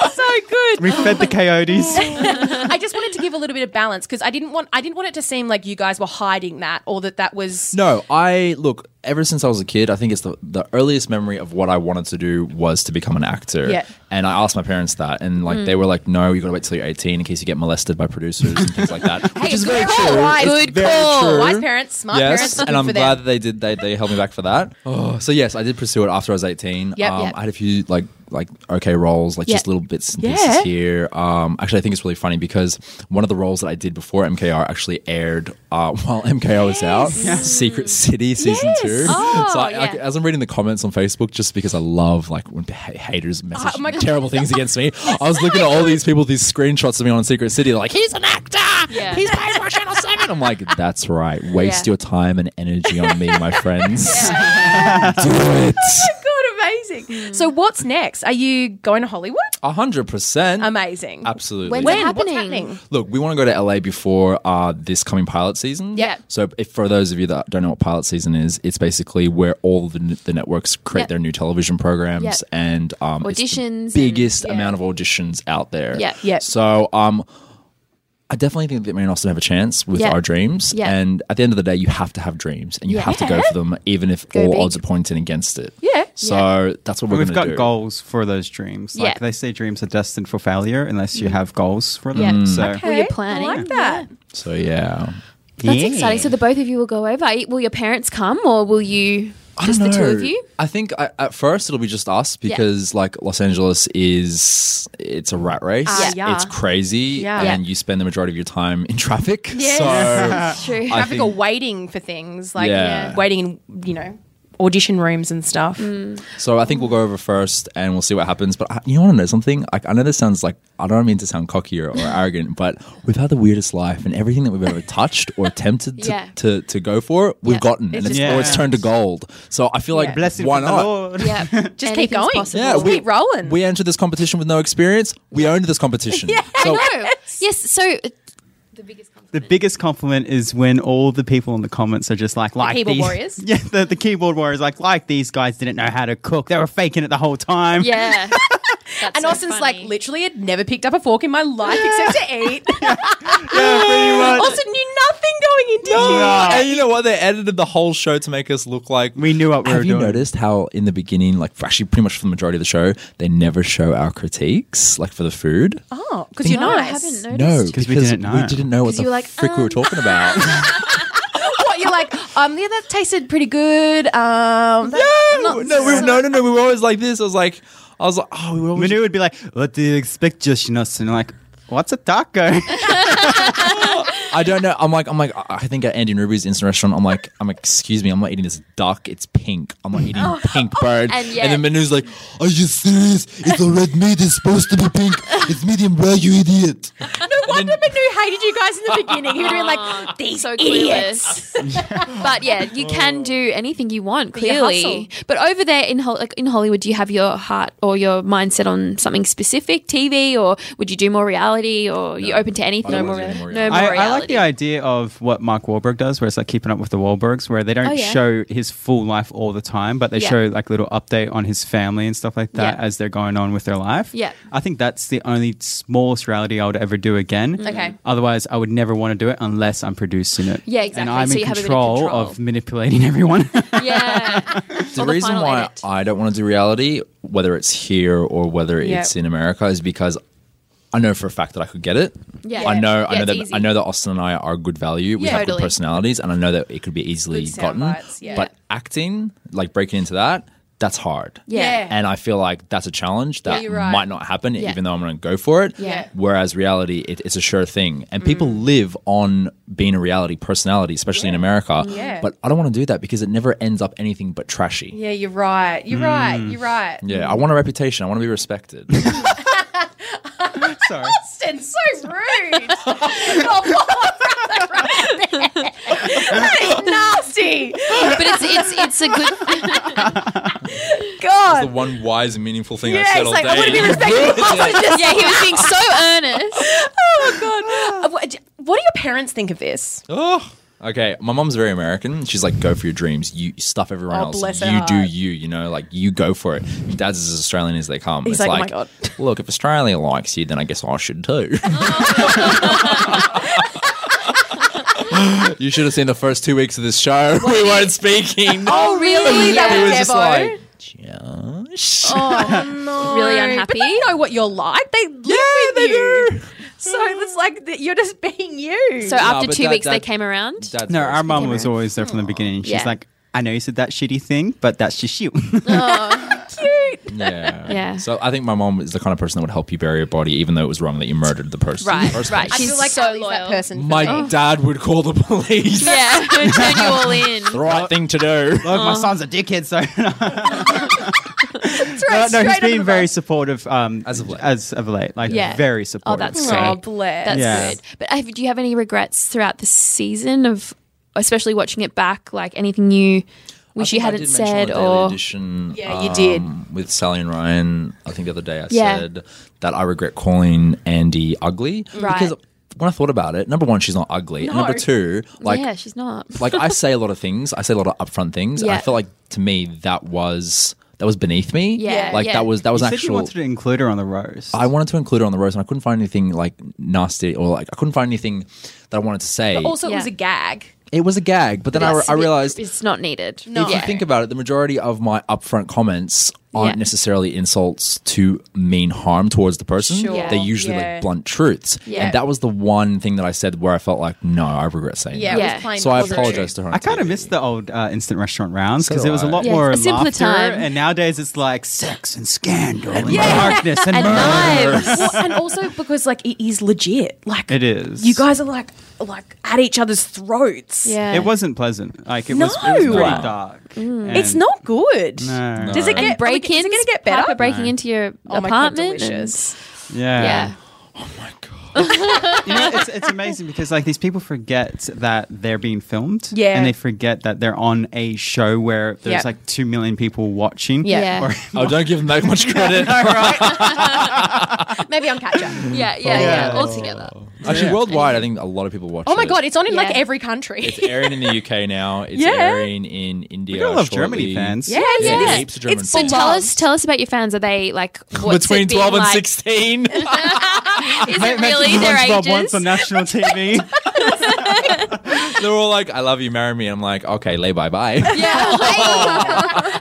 Speaker 2: it's so good.
Speaker 5: we
Speaker 3: *gasps*
Speaker 5: fed the coyotes.
Speaker 2: I just wanted to give a little bit of balance because I didn't want I didn't want it to seem like you guys were hiding that or that that was
Speaker 1: no, I look. Ever since I was a kid, I think it's the, the earliest memory of what I wanted to do was to become an actor.
Speaker 2: Yeah.
Speaker 1: And I asked my parents that, and like they were like, "No, you got to wait till you're 18 in case you get molested by producers and things like
Speaker 2: *laughs*
Speaker 1: that," which is very
Speaker 2: good call,
Speaker 1: true.
Speaker 2: right?
Speaker 1: It's
Speaker 2: Good
Speaker 1: very
Speaker 2: call.
Speaker 1: true.
Speaker 2: Wise parents, smart parents,
Speaker 1: yes,
Speaker 2: good
Speaker 1: and I'm
Speaker 2: for
Speaker 1: glad
Speaker 2: them.
Speaker 1: that they did. They, they held me back for
Speaker 2: *laughs*
Speaker 1: that. Oh, so yes, I did pursue it after I was 18.
Speaker 2: Yep,
Speaker 1: um,
Speaker 2: yep.
Speaker 1: I had a few like like okay roles, like just
Speaker 3: Yep.
Speaker 1: little bits and
Speaker 2: Yeah.
Speaker 1: pieces here. Um, actually, I think it's really funny because one of the roles that I did before MKR actually aired uh, *laughs* while MKR was out, Secret City season
Speaker 2: Yes.
Speaker 1: two.
Speaker 3: Oh,
Speaker 1: so I, I-
Speaker 3: yeah.
Speaker 1: as I'm reading the comments on Facebook, just because I love like when ha- haters message
Speaker 2: Oh, my God.
Speaker 1: terrible things against me, I was looking at all these people, these screenshots of me on Secret City, like he's an actor,
Speaker 3: Yeah.
Speaker 1: he's paid by
Speaker 2: *laughs* Oh
Speaker 1: Channel Seven. I'm like, that's right, waste
Speaker 3: Yeah.
Speaker 1: your time and energy on me, my friends. Do it.
Speaker 2: God,
Speaker 3: Hmm.
Speaker 2: amazing. So what's next? Are you going to Hollywood?
Speaker 1: A hundred percent.
Speaker 2: Amazing.
Speaker 1: Absolutely.
Speaker 3: When's
Speaker 2: When?
Speaker 3: it
Speaker 2: What's
Speaker 3: happening?
Speaker 2: happening?
Speaker 1: Look, we want to go to LA before uh, this coming pilot season.
Speaker 3: Yeah.
Speaker 1: So, if for those of you that don't know what pilot season is, it's basically where all the, n- the networks create
Speaker 3: Yeah.
Speaker 1: their new television programs
Speaker 3: Yeah.
Speaker 1: and um,
Speaker 3: *laughs* Auditions
Speaker 1: it's
Speaker 3: and-
Speaker 1: the biggest
Speaker 3: yeah.
Speaker 1: amount of auditions out there.
Speaker 3: Yeah.
Speaker 2: Yeah.
Speaker 1: So, um, I definitely think that me and Austin have a chance with
Speaker 3: Yeah.
Speaker 1: our dreams.
Speaker 3: Yeah.
Speaker 1: And at the end of the day, you have to have dreams and you have to go for them, even if
Speaker 3: Go
Speaker 1: all
Speaker 3: big.
Speaker 1: odds are pointing against it.
Speaker 2: Yeah.
Speaker 1: So that's what we're
Speaker 5: We've
Speaker 1: going to
Speaker 5: got
Speaker 1: do.
Speaker 5: goals for those dreams. Like
Speaker 3: Yeah. Mm.
Speaker 5: they say dreams are destined for failure unless you have goals for them.
Speaker 3: Yeah.
Speaker 5: So
Speaker 3: Well, you're planning.
Speaker 2: I like that.
Speaker 1: So yeah.
Speaker 3: That's
Speaker 5: Yeah.
Speaker 3: exciting. So the both of you will go over. Will your parents come, or will you
Speaker 1: I
Speaker 3: just
Speaker 1: don't
Speaker 3: the two
Speaker 1: know. *laughs*
Speaker 3: of you?
Speaker 1: I think I, at first it'll be just us because like Los Angeles is it's a rat race.
Speaker 2: Ah, yeah.
Speaker 1: It's crazy,
Speaker 2: Yeah.
Speaker 1: and you spend the majority of your time in traffic.
Speaker 3: Yes.
Speaker 1: So
Speaker 3: True.
Speaker 1: I
Speaker 2: Traffic or
Speaker 1: think,
Speaker 2: waiting for things like
Speaker 1: Yeah.
Speaker 2: yeah, waiting in you know audition rooms and stuff.
Speaker 3: Hmm.
Speaker 1: so I think we'll go over first and we'll see what happens. But I, you want to know something? Like I know this sounds like I don't mean to sound cocky or, or arrogant, but we've had the weirdest life, and everything that we've ever touched or attempted to,
Speaker 3: Yeah.
Speaker 1: to, to go for, we've
Speaker 3: Yeah.
Speaker 1: gotten,
Speaker 2: It's
Speaker 1: and it's
Speaker 5: just-
Speaker 1: always
Speaker 5: Yeah.
Speaker 1: turned to gold. So I feel like
Speaker 5: blessing
Speaker 1: why
Speaker 5: from the
Speaker 1: not?
Speaker 3: *laughs*
Speaker 5: Lord.
Speaker 3: Yeah.
Speaker 2: Just keep
Speaker 3: Anything's
Speaker 2: going.
Speaker 3: possible.
Speaker 1: Yeah,
Speaker 2: Just keep rolling.
Speaker 1: We entered this competition with no experience. We owned this competition. So
Speaker 3: No. Yes. So uh, the biggest
Speaker 5: The biggest compliment is when all the people in the comments are just like, like
Speaker 2: keyboard
Speaker 5: these,
Speaker 2: warriors?
Speaker 5: *laughs* Yeah, the, the keyboard warriors, like, like these guys didn't know how to cook. They were faking it the whole time.
Speaker 3: Yeah. *laughs* That's
Speaker 2: and
Speaker 3: so
Speaker 2: Austin's like
Speaker 3: funny.
Speaker 2: literally had never picked up a fork in my life except to *laughs* eat.
Speaker 5: *laughs* Yeah,
Speaker 3: *laughs*
Speaker 5: pretty much.
Speaker 2: Austin knew nothing going into
Speaker 1: Oh,
Speaker 2: it.
Speaker 5: Yeah.
Speaker 1: And you know what? They edited the whole show to make us look like.
Speaker 5: we knew what we were
Speaker 1: Have you
Speaker 5: doing.
Speaker 1: noticed how in the beginning, like for actually pretty much for the majority of the show, they never show our critiques, like for the food?
Speaker 2: Oh, because you're
Speaker 3: No, I
Speaker 2: nice.
Speaker 3: haven't
Speaker 1: No,
Speaker 3: noticed.
Speaker 1: because
Speaker 5: we didn't know.
Speaker 1: We didn't know what
Speaker 3: 'Cause
Speaker 1: the
Speaker 3: you were like,
Speaker 1: frick we were
Speaker 3: um,
Speaker 1: talking
Speaker 3: *laughs*
Speaker 1: about.
Speaker 2: *laughs* what you're like um yeah that tasted pretty good um that-
Speaker 1: no,
Speaker 2: not-
Speaker 1: no, we, no, no, no. We were always like this. I was like, I was like, oh, we were always
Speaker 5: Manu would be like, what do you expect, Josh Nelson? Like, what's a taco?
Speaker 1: I don't know. I'm like, I'm like, I I think at Andy and Ruby's instant restaurant, I'm like, I'm like, excuse me, I'm not eating this duck. It's pink. I'm not
Speaker 3: *laughs*
Speaker 1: eating pink bird.
Speaker 3: and
Speaker 1: And,
Speaker 3: yet-
Speaker 1: then Manu's like, are you serious? It's a red meat. It's supposed to be pink. It's medium rare, you idiot.
Speaker 2: no wonder Manu hated you guys in *laughs* the beginning. He would have been like, these
Speaker 3: so
Speaker 1: *laughs*
Speaker 2: idiots.
Speaker 3: clueless. but yeah, you can do anything you want.
Speaker 2: you
Speaker 3: Clearly, but over there in Hol- like in Hollywood, do you have your heart or your mindset on something specific, TV, or would you do more reality, or you open to anything?
Speaker 1: I No more wouldn't do reality. more
Speaker 3: No more
Speaker 5: *laughs* I,
Speaker 3: reality.
Speaker 5: I like the idea of what Mark Wahlberg does, where it's like keeping up with the Wahlbergs, where they don't
Speaker 3: Oh, yeah.
Speaker 5: show his full life all the time, but they
Speaker 3: Yeah.
Speaker 5: show like little update on his family and stuff like that
Speaker 3: Yeah.
Speaker 5: as they're going on with their life.
Speaker 3: Yeah.
Speaker 5: I think that's the only smallest reality I would ever do again.
Speaker 3: Mm-hmm.
Speaker 1: Mm,
Speaker 2: Okay.
Speaker 5: Otherwise, I would never want to do it unless I'm producing it.
Speaker 3: Yeah, exactly.
Speaker 5: And I'm
Speaker 3: So
Speaker 5: in
Speaker 3: you have a bit of
Speaker 5: control,
Speaker 3: control.
Speaker 5: of
Speaker 3: *laughs*
Speaker 5: manipulating everyone. *laughs*
Speaker 3: Yeah,
Speaker 1: the
Speaker 3: Or the
Speaker 1: reason
Speaker 3: final
Speaker 1: why
Speaker 3: edit.
Speaker 1: I don't want to do reality, whether it's here or whether
Speaker 2: Yeah.
Speaker 1: it's in America, is because I know for a fact that I could get it.
Speaker 3: Yeah.
Speaker 1: I know.
Speaker 3: Yeah,
Speaker 1: I know
Speaker 3: it's
Speaker 1: that
Speaker 3: easy.
Speaker 1: I know that Austin and I are good value. We
Speaker 3: Yeah.
Speaker 1: have
Speaker 3: Totally.
Speaker 1: good personalities, and I know that it could be easily
Speaker 2: Good sound
Speaker 1: gotten.
Speaker 2: bites, yeah.
Speaker 1: But acting, like breaking into that, that's hard.
Speaker 3: *laughs* *laughs* Yeah.
Speaker 1: And I feel like that's a challenge that
Speaker 2: you're right.
Speaker 1: might not happen,
Speaker 3: Yeah.
Speaker 1: even though I'm going to go for it.
Speaker 3: Yeah.
Speaker 1: Whereas reality, it, it's a sure thing, and people live on being a reality personality, especially in America.
Speaker 2: Mm. Yeah.
Speaker 1: But I don't want to do that because it never ends up anything but trashy.
Speaker 2: Yeah, you're right. You're right. You're right.
Speaker 1: Mm, Yeah, I want a reputation. I want to be
Speaker 2: *laughs*
Speaker 1: respected.
Speaker 5: Sorry.
Speaker 2: Austin, so *laughs* rude. That is nasty.
Speaker 3: *laughs* but it's it's it's a *laughs* good.
Speaker 1: the
Speaker 2: God.
Speaker 1: one wise and meaningful thing I
Speaker 2: Yeah,
Speaker 1: said
Speaker 2: it's
Speaker 1: all
Speaker 2: like,
Speaker 1: day.
Speaker 2: I want to be
Speaker 1: *laughs*
Speaker 2: respected. Austin just-
Speaker 3: yeah, he was being so earnest.
Speaker 2: oh, my God. Uh, what- What do your parents think of this?
Speaker 1: Oh, okay. My mom's very American. She's like, go for your dreams. You stuff everyone
Speaker 2: Oh,
Speaker 1: else.
Speaker 2: bless her
Speaker 1: you do
Speaker 2: heart.
Speaker 1: you. You know, like you go for it. My dad's as Australian as they come.
Speaker 2: He's
Speaker 1: it's
Speaker 2: like,
Speaker 1: like,
Speaker 2: "Oh my God."
Speaker 1: look, if Australia likes you, then I guess I should too. *laughs* you should have seen the first two weeks of this show. *laughs* we weren't speaking.
Speaker 2: *laughs* Oh,
Speaker 1: *laughs*
Speaker 2: really? That
Speaker 1: It
Speaker 2: was Oh.
Speaker 1: was just
Speaker 2: Devo?
Speaker 1: like, Josh.
Speaker 3: Really
Speaker 2: But
Speaker 3: unhappy.
Speaker 2: they know what you're like. They live with
Speaker 1: they
Speaker 2: you.
Speaker 1: do.
Speaker 2: So it's like that you're just being you.
Speaker 3: So
Speaker 2: So
Speaker 3: after
Speaker 1: but
Speaker 3: two
Speaker 1: that-
Speaker 3: weeks, they
Speaker 1: that-
Speaker 3: came around.
Speaker 1: Dad's
Speaker 5: No,
Speaker 1: very
Speaker 5: our mum
Speaker 1: sweet.
Speaker 5: was always there from the beginning. She's
Speaker 3: Oh, Yeah.
Speaker 5: like, I know you said that shitty thing, but that's
Speaker 3: *laughs*
Speaker 5: just you.
Speaker 2: cute.
Speaker 1: Yeah.
Speaker 3: Yeah.
Speaker 1: So I think my mom is the kind of person that would help you bury a body, even though it was wrong that you murdered the person. in the
Speaker 3: Right,
Speaker 1: first
Speaker 3: right.
Speaker 1: place.
Speaker 2: I
Speaker 3: She's
Speaker 2: feel like
Speaker 3: so
Speaker 2: Ali's that
Speaker 3: loyal.
Speaker 2: person.
Speaker 1: My dad would call the police.
Speaker 3: Oh. *laughs* Yeah, turn you all in.
Speaker 1: The right thing to do.
Speaker 5: Look, *laughs* my son's a dickhead, so
Speaker 3: *laughs*
Speaker 2: Throw
Speaker 5: no,
Speaker 2: it
Speaker 5: no, he's
Speaker 2: straight under
Speaker 5: been
Speaker 2: the
Speaker 5: very
Speaker 2: bus.
Speaker 5: supportive um,
Speaker 1: As of late.
Speaker 5: As of late, like
Speaker 3: Yeah.
Speaker 5: very supportive.
Speaker 3: that's
Speaker 5: so-
Speaker 2: Oh,
Speaker 3: great.
Speaker 2: bless.
Speaker 3: That's
Speaker 5: Yeah.
Speaker 3: good. But have, do you have any regrets throughout the season of, especially watching it back? Like anything you
Speaker 1: I
Speaker 3: wish you
Speaker 1: think I
Speaker 3: hadn't
Speaker 1: did mention on
Speaker 3: said,
Speaker 1: the Daily
Speaker 3: or
Speaker 1: Edition,
Speaker 2: Yeah, you did.
Speaker 1: um, with Sally and Ryan. I think the other day I
Speaker 3: Yeah.
Speaker 1: said that I regret calling Andy ugly
Speaker 3: Right.
Speaker 1: because when I thought about it, number one, she's not ugly. And number two, like
Speaker 3: yeah, she's not.
Speaker 1: like
Speaker 3: *laughs*
Speaker 1: I say a lot of things. I say a lot of upfront things. And
Speaker 3: Yeah.
Speaker 1: I feel like to me that was that was beneath me.
Speaker 3: Yeah,
Speaker 1: like
Speaker 3: yeah.
Speaker 1: that was that was
Speaker 5: You said you
Speaker 1: actual.
Speaker 5: wanted to include her on the roast.
Speaker 1: I wanted to include her on the roast, and I couldn't find anything like nasty or like I couldn't find anything that I wanted to say.
Speaker 2: Also, it was
Speaker 3: Yeah.
Speaker 2: a gag.
Speaker 1: it was a gag, but then I,
Speaker 3: That's
Speaker 1: I
Speaker 3: a bit-
Speaker 1: realized
Speaker 3: it's not needed.
Speaker 2: No.
Speaker 1: if you think about it, the majority of my upfront comments aren't
Speaker 3: Yeah.
Speaker 1: necessarily insults to mean harm towards the person.
Speaker 2: Sure.
Speaker 1: They're usually
Speaker 2: Yeah.
Speaker 1: like blunt truths.
Speaker 3: Yeah.
Speaker 1: And that was the one thing that I said where I felt like, no, I regret saying
Speaker 2: Yeah,
Speaker 1: that.
Speaker 2: it
Speaker 3: Yeah.
Speaker 2: was plain.
Speaker 1: So I
Speaker 2: wasn't
Speaker 1: apologize to her. on
Speaker 5: I kind of
Speaker 1: TV.
Speaker 5: miss the old uh, instant restaurant rounds because
Speaker 1: So
Speaker 5: it was a
Speaker 1: do I.
Speaker 5: lot
Speaker 3: Yeah,
Speaker 5: more
Speaker 3: a simpler
Speaker 5: laughter,
Speaker 3: time.
Speaker 5: and nowadays it's like sex and scandal and darkness
Speaker 3: *laughs*
Speaker 5: and,
Speaker 3: And
Speaker 5: murder.
Speaker 2: *laughs*
Speaker 3: knives.
Speaker 2: Well, and also because like it is legit. Like
Speaker 5: It is.
Speaker 2: You guys are like like at each other's throats.
Speaker 3: Yeah,
Speaker 5: It wasn't pleasant. Like it was,
Speaker 2: No.
Speaker 5: it was pretty dark. and-
Speaker 2: It's not good.
Speaker 5: No.
Speaker 2: Does it
Speaker 1: And
Speaker 2: get break
Speaker 3: break
Speaker 2: Is
Speaker 3: in.
Speaker 2: it going to get better?
Speaker 3: breaking into your
Speaker 2: Oh my God,
Speaker 3: apartment. and-
Speaker 2: delicious.
Speaker 5: Yeah.
Speaker 3: yeah.
Speaker 5: You know, it's, it's amazing because like these people forget that they're being filmed.
Speaker 2: Yeah.
Speaker 5: And they forget that they're on a show where there's
Speaker 2: Yep.
Speaker 5: like two million people watching.
Speaker 2: Yeah.
Speaker 3: Yeah.
Speaker 5: Or-
Speaker 1: Oh, don't give them that much
Speaker 5: *laughs*
Speaker 1: credit.
Speaker 2: Maybe on catch up.
Speaker 3: Yeah, yeah, yeah, all together.
Speaker 1: Actually, worldwide, I think a lot of people watch
Speaker 2: Oh my
Speaker 1: it.
Speaker 2: god, it's on in like
Speaker 3: Yeah.
Speaker 2: every country. *laughs*
Speaker 1: It's airing in the UK now. It's
Speaker 2: Yeah.
Speaker 1: airing in India.
Speaker 5: we gotta love Germany
Speaker 1: shortly.
Speaker 5: fans.
Speaker 2: yeah, it's,
Speaker 3: Yeah.
Speaker 2: it's,
Speaker 1: Heaps of German
Speaker 2: it's
Speaker 1: fans.
Speaker 3: Tell
Speaker 2: beloved.
Speaker 3: us, tell us about your fans. Are they like what's
Speaker 1: Between
Speaker 3: it been
Speaker 1: 12 and
Speaker 3: like?
Speaker 1: 16.
Speaker 3: Is
Speaker 5: Ma-
Speaker 3: it
Speaker 5: imagine
Speaker 3: really their
Speaker 5: SpongeBob
Speaker 3: ages?
Speaker 5: once on national TV.
Speaker 1: They're all like, I love you, marry me. I'm like, okay, lay bye *laughs* bye.
Speaker 2: *laughs* Hey.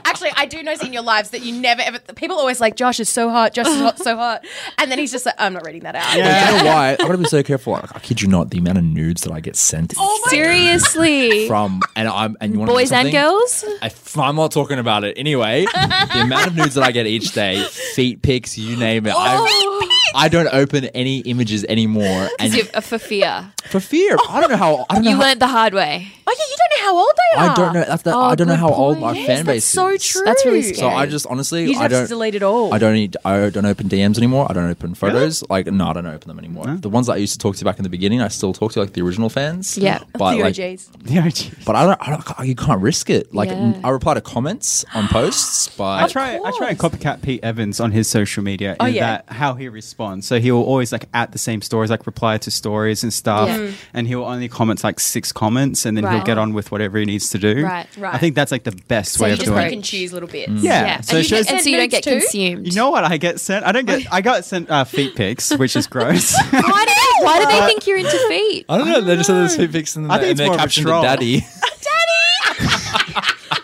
Speaker 2: Actually, I do notice in your lives that you never ever. People always like Josh is so hot, Josh is hot, so hot, and then he's just like, I'm not reading that out.
Speaker 5: Yeah.
Speaker 1: You know why? I've got to be so careful. Like, I kid you not, the amount of nudes that I get sent is
Speaker 3: Seriously,
Speaker 1: from and I'm and you want
Speaker 3: Oh boys and girls.
Speaker 1: If I'm not talking about it anyway. the amount of nudes that I get each day, feet pics, you name it.
Speaker 3: Oh.
Speaker 1: I I don't open any images
Speaker 3: *laughs*
Speaker 1: anymore, and
Speaker 3: You- uh, for fear.
Speaker 1: for fear, I don't know how I don't know.
Speaker 3: You
Speaker 1: how,
Speaker 3: learnt the hard way.
Speaker 2: Oh yeah, you don't know how old they are.
Speaker 1: I don't know. That's the, I don't know
Speaker 3: Oh, good
Speaker 1: how old my
Speaker 3: point. Yes,
Speaker 1: fan base
Speaker 2: That's so
Speaker 1: is.
Speaker 2: true.
Speaker 3: That's really
Speaker 1: So
Speaker 3: scary.
Speaker 1: I just honestly,
Speaker 2: You just
Speaker 1: I
Speaker 2: have
Speaker 1: don't
Speaker 2: to delete it all.
Speaker 1: I don't need. I don't open DMs anymore. I don't open photos. Like no, I don't open them anymore. The ones that I used to talk to back in the beginning, I still talk to like the original fans.
Speaker 3: Yeah.
Speaker 1: but
Speaker 2: the
Speaker 1: like,
Speaker 2: OGs.
Speaker 5: yeah, geez.
Speaker 1: but I don't. I don't you can't risk it. Like
Speaker 3: Yeah.
Speaker 1: I reply to comments on
Speaker 2: *gasps*
Speaker 1: posts,
Speaker 5: I
Speaker 1: but
Speaker 5: try. I try and copycat Pete Evans on his social media
Speaker 3: Oh,
Speaker 5: in
Speaker 2: yeah.
Speaker 5: that how he responds. So he'll always like at the same stories, like reply to stories and stuff,
Speaker 3: Yeah. Mm.
Speaker 5: and he'll only comment like six comments, and then
Speaker 3: Right.
Speaker 5: he'll get on with whatever he needs to do.
Speaker 3: Right,
Speaker 2: right.
Speaker 5: I think that's like the best way
Speaker 2: You
Speaker 5: of
Speaker 2: just
Speaker 5: doing.
Speaker 2: pick
Speaker 5: it.
Speaker 2: and choose little bits.
Speaker 1: Mm.
Speaker 5: Yeah.
Speaker 3: Yeah,
Speaker 5: So
Speaker 3: and,
Speaker 5: it
Speaker 3: you,
Speaker 5: shows.
Speaker 3: and so you don't
Speaker 2: nudes
Speaker 3: get
Speaker 2: too?
Speaker 3: consumed.
Speaker 5: You know what I get sent? I don't get. I got sent uh, feet pics, which is
Speaker 3: *laughs*
Speaker 5: gross. *laughs*
Speaker 3: why do they, why do they think you're into feet?
Speaker 1: *laughs* I don't know. They just have those feet pics and,
Speaker 5: I think
Speaker 1: and *laughs*
Speaker 5: it's
Speaker 1: they're
Speaker 5: more of a
Speaker 1: captioned it
Speaker 5: troll.
Speaker 1: "Daddy."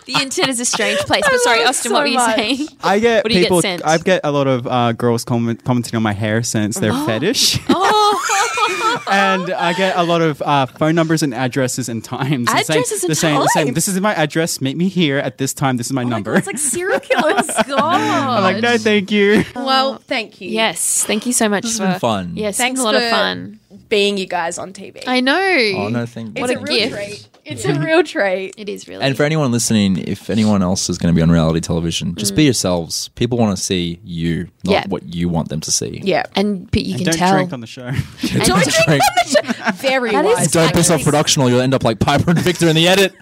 Speaker 3: the internet is a strange place.
Speaker 2: I
Speaker 3: But sorry,
Speaker 2: love it
Speaker 3: Austin,
Speaker 2: so
Speaker 3: what were you
Speaker 2: much.
Speaker 3: saying?
Speaker 5: I get
Speaker 3: What do you get
Speaker 5: people.
Speaker 3: sent?
Speaker 5: I get a lot of uh, girls comment, commenting on my hair since they're
Speaker 3: *gasps*
Speaker 5: fetish,
Speaker 3: Oh,
Speaker 5: and I get a lot of uh, phone numbers and addresses and times. and saying-
Speaker 3: Addresses and
Speaker 5: they're saying, they're saying,
Speaker 3: times? Oh
Speaker 5: This is my address. Meet me here at this time. This is my number.
Speaker 2: *laughs* It's like
Speaker 1: *laughs*
Speaker 2: serial killers. God.
Speaker 5: I'm like, *laughs* no, thank you.
Speaker 2: Well, thank you.
Speaker 3: *laughs* yes. Thank you so much.
Speaker 1: This has
Speaker 3: for,
Speaker 1: been fun.
Speaker 3: Yes,
Speaker 2: Thanks
Speaker 3: Thanks a lot
Speaker 2: for-
Speaker 3: of fun.
Speaker 2: Being you guys on TV.
Speaker 3: I know.
Speaker 1: Oh, no, thank
Speaker 2: it's
Speaker 1: you.
Speaker 2: a,
Speaker 3: a
Speaker 2: real
Speaker 3: gift.
Speaker 2: treat. It's a real treat.
Speaker 3: It is really.
Speaker 1: And for anyone listening, if anyone else is going to be on reality television, just
Speaker 2: Mm.
Speaker 1: be yourselves. People want to see you, not
Speaker 3: Yeah.
Speaker 1: what you want them to see.
Speaker 2: Yeah.
Speaker 3: and but you
Speaker 5: And
Speaker 3: can
Speaker 5: don't
Speaker 3: tell.
Speaker 5: drink on the show.
Speaker 2: *laughs*
Speaker 1: Don't drink.
Speaker 2: Very
Speaker 3: That is
Speaker 2: wise.
Speaker 1: Don't piss off
Speaker 3: Exactly.
Speaker 1: production or you'll end up like Piper and Victor in the edit.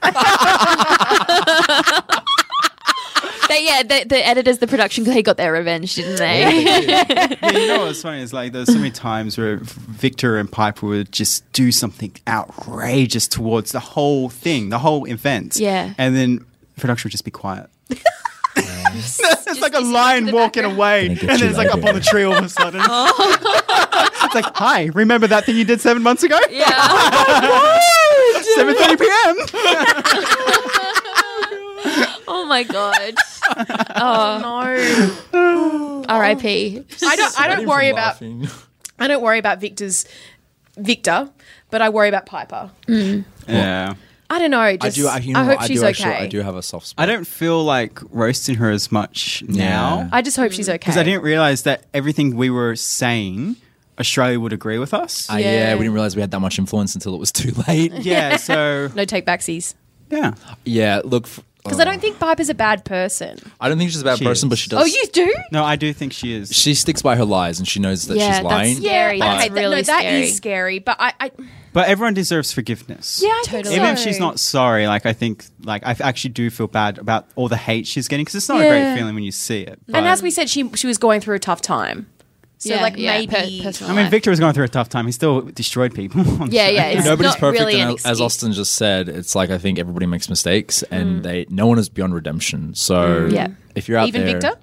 Speaker 3: they, yeah, the, the editors, the production, they got their revenge, didn't they?
Speaker 5: yeah, *laughs* you know what's funny is like there's so many times where Victor and Piper would just do something outrageous towards the whole thing, the whole event.
Speaker 3: Yeah.
Speaker 5: And then production would just
Speaker 3: *laughs*
Speaker 5: be quiet. *laughs* it's like a
Speaker 3: disappear
Speaker 5: lion
Speaker 3: to the
Speaker 5: walking
Speaker 3: background.
Speaker 5: away, and
Speaker 1: Gonna get
Speaker 5: then
Speaker 1: you
Speaker 5: it's like up
Speaker 1: later.
Speaker 5: on the tree all of
Speaker 3: *laughs*
Speaker 5: a sudden. it's like, hi, remember that thing you did seven months ago?
Speaker 3: *laughs* Oh. yeah.
Speaker 5: Seven thirty p.m.
Speaker 3: Oh my god. Oh,
Speaker 2: *laughs* No.
Speaker 3: R.I.P.
Speaker 2: I don't. I don't worry about.
Speaker 1: Laughing.
Speaker 2: I don't worry about Victor's Victor, but I worry about Piper.
Speaker 5: Yeah.
Speaker 2: I don't know.
Speaker 1: I
Speaker 2: Just, I,
Speaker 1: do. I, you know,
Speaker 2: hope
Speaker 1: what, I
Speaker 2: she's
Speaker 1: do
Speaker 2: okay.
Speaker 1: actually- I do have a soft spot.
Speaker 5: I don't feel like roasting her as much now.
Speaker 2: I just hope she's
Speaker 3: Mm.
Speaker 2: okay.
Speaker 5: Because I didn't realize that everything we were saying, Australia would agree with us.
Speaker 1: I- Ah, yeah.
Speaker 2: Yeah.
Speaker 1: we didn't realize we had that much influence until it was too late.
Speaker 2: *laughs*
Speaker 5: *laughs* yeah, so
Speaker 2: No take backsies.
Speaker 5: yeah,
Speaker 1: Yeah, look. f-
Speaker 2: Because
Speaker 1: oh.
Speaker 2: I don't think Piper's a bad person.
Speaker 1: I don't think she's a bad
Speaker 5: She
Speaker 1: person,
Speaker 5: is.
Speaker 1: but she does.
Speaker 2: Oh, you do?
Speaker 5: no, I do think she is.
Speaker 1: She sticks by her lies, and she knows that
Speaker 3: Yeah,
Speaker 1: she's
Speaker 3: that's-
Speaker 1: lying.
Speaker 3: yeah. Scary,
Speaker 2: but-
Speaker 1: that's
Speaker 2: okay, that- no,
Speaker 3: really
Speaker 2: that
Speaker 3: scary.
Speaker 2: is scary. But I, I
Speaker 5: But everyone deserves forgiveness.
Speaker 2: yeah, I
Speaker 3: Totally.
Speaker 2: totally.
Speaker 5: Even if she's not sorry, like I think, like I actually do feel bad about all the hate she's getting because it's not a
Speaker 2: Yeah.
Speaker 5: great feeling when you see it. But,
Speaker 2: and as we said, she she was going through a tough time. So
Speaker 3: Yeah,
Speaker 2: like
Speaker 3: yeah,
Speaker 2: maybe
Speaker 3: per- personal
Speaker 5: I mean,
Speaker 3: life.
Speaker 5: Victor was going through a tough time. He still destroyed people. *laughs* on
Speaker 3: Yeah,
Speaker 5: show.
Speaker 3: yeah, it's
Speaker 1: Nobody's
Speaker 3: not
Speaker 1: perfect,
Speaker 3: really an
Speaker 1: and as- as
Speaker 3: excuse.
Speaker 1: Austin just said, it's like I think everybody makes mistakes, and they no one is beyond redemption. So
Speaker 3: Yeah.
Speaker 1: if you're out
Speaker 2: even
Speaker 1: there,
Speaker 2: Victor.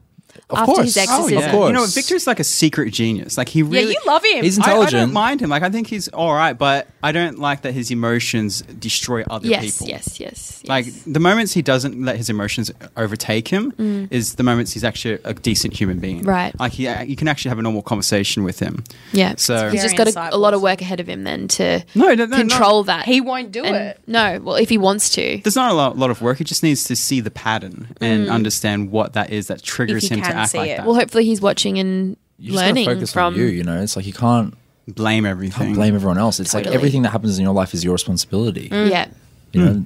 Speaker 1: of
Speaker 3: After
Speaker 1: course, Oh,
Speaker 3: his exorcism.
Speaker 1: of course,
Speaker 5: You know, Victor's like a secret genius. Like he
Speaker 2: yeah,
Speaker 5: really.
Speaker 2: you love him.
Speaker 1: He's
Speaker 5: I- I,
Speaker 1: intelligent.
Speaker 5: don't mind him. Like I think he's all right, but I don't like that his emotions destroy other
Speaker 3: Yes,
Speaker 5: people.
Speaker 3: yes, yes, yes.
Speaker 5: Like the moments he doesn't let his emotions overtake him
Speaker 2: Mm.
Speaker 5: is the moments he's actually a decent human being.
Speaker 3: Right.
Speaker 5: Like he, uh, you can actually have a normal conversation with him.
Speaker 3: yeah.
Speaker 5: So-
Speaker 3: he's just
Speaker 2: Very
Speaker 3: got a, a lot of
Speaker 2: insightful.
Speaker 3: work ahead of him then to
Speaker 5: No, no, no, no.
Speaker 3: control that.
Speaker 2: he won't do
Speaker 3: And-
Speaker 2: it.
Speaker 3: No, well, if he wants to.
Speaker 5: There's not a lot, lot of work. He just needs to see the pattern and understand what that is that
Speaker 2: Mm.
Speaker 5: triggers
Speaker 2: If he
Speaker 5: him to
Speaker 2: can
Speaker 5: act
Speaker 2: see
Speaker 5: like
Speaker 2: it.
Speaker 5: that.
Speaker 3: Well, hopefully he's watching and
Speaker 1: You just gotta
Speaker 3: learning
Speaker 1: focus
Speaker 3: from
Speaker 1: on you. You know, it's like you can't
Speaker 5: blame everything.
Speaker 1: can't blame everyone else. It's like
Speaker 3: Totally.
Speaker 1: everything that happens in your life is your responsibility.
Speaker 3: Mm. Yeah,
Speaker 1: You
Speaker 5: Hmm.
Speaker 1: know,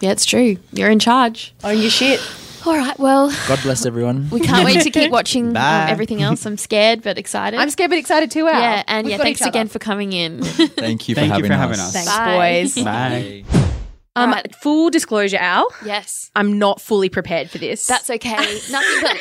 Speaker 3: yeah, it's true. You're in charge.
Speaker 2: Own your shit.
Speaker 3: All right. Well,
Speaker 1: God bless everyone.
Speaker 3: we can't wait
Speaker 2: *laughs*
Speaker 3: to keep watching um,
Speaker 5: Bye.
Speaker 3: everything else. I'm scared but excited.
Speaker 2: I'm scared but excited too. Al.
Speaker 3: Yeah, and
Speaker 2: We've
Speaker 3: yeah,
Speaker 2: got
Speaker 3: thanks
Speaker 2: each other.
Speaker 3: again for
Speaker 2: *laughs*
Speaker 3: coming in.
Speaker 1: Thank you for
Speaker 5: Thank you
Speaker 1: having
Speaker 5: for
Speaker 1: us.
Speaker 5: having us.
Speaker 2: Thanks,
Speaker 3: Bye. *laughs*
Speaker 2: boys.
Speaker 5: Bye.
Speaker 2: Um,
Speaker 3: Alright.
Speaker 2: full disclosure, Al.
Speaker 3: yes,
Speaker 2: I'm not fully prepared for this.
Speaker 3: that's
Speaker 2: *laughs*
Speaker 3: okay. Nothing but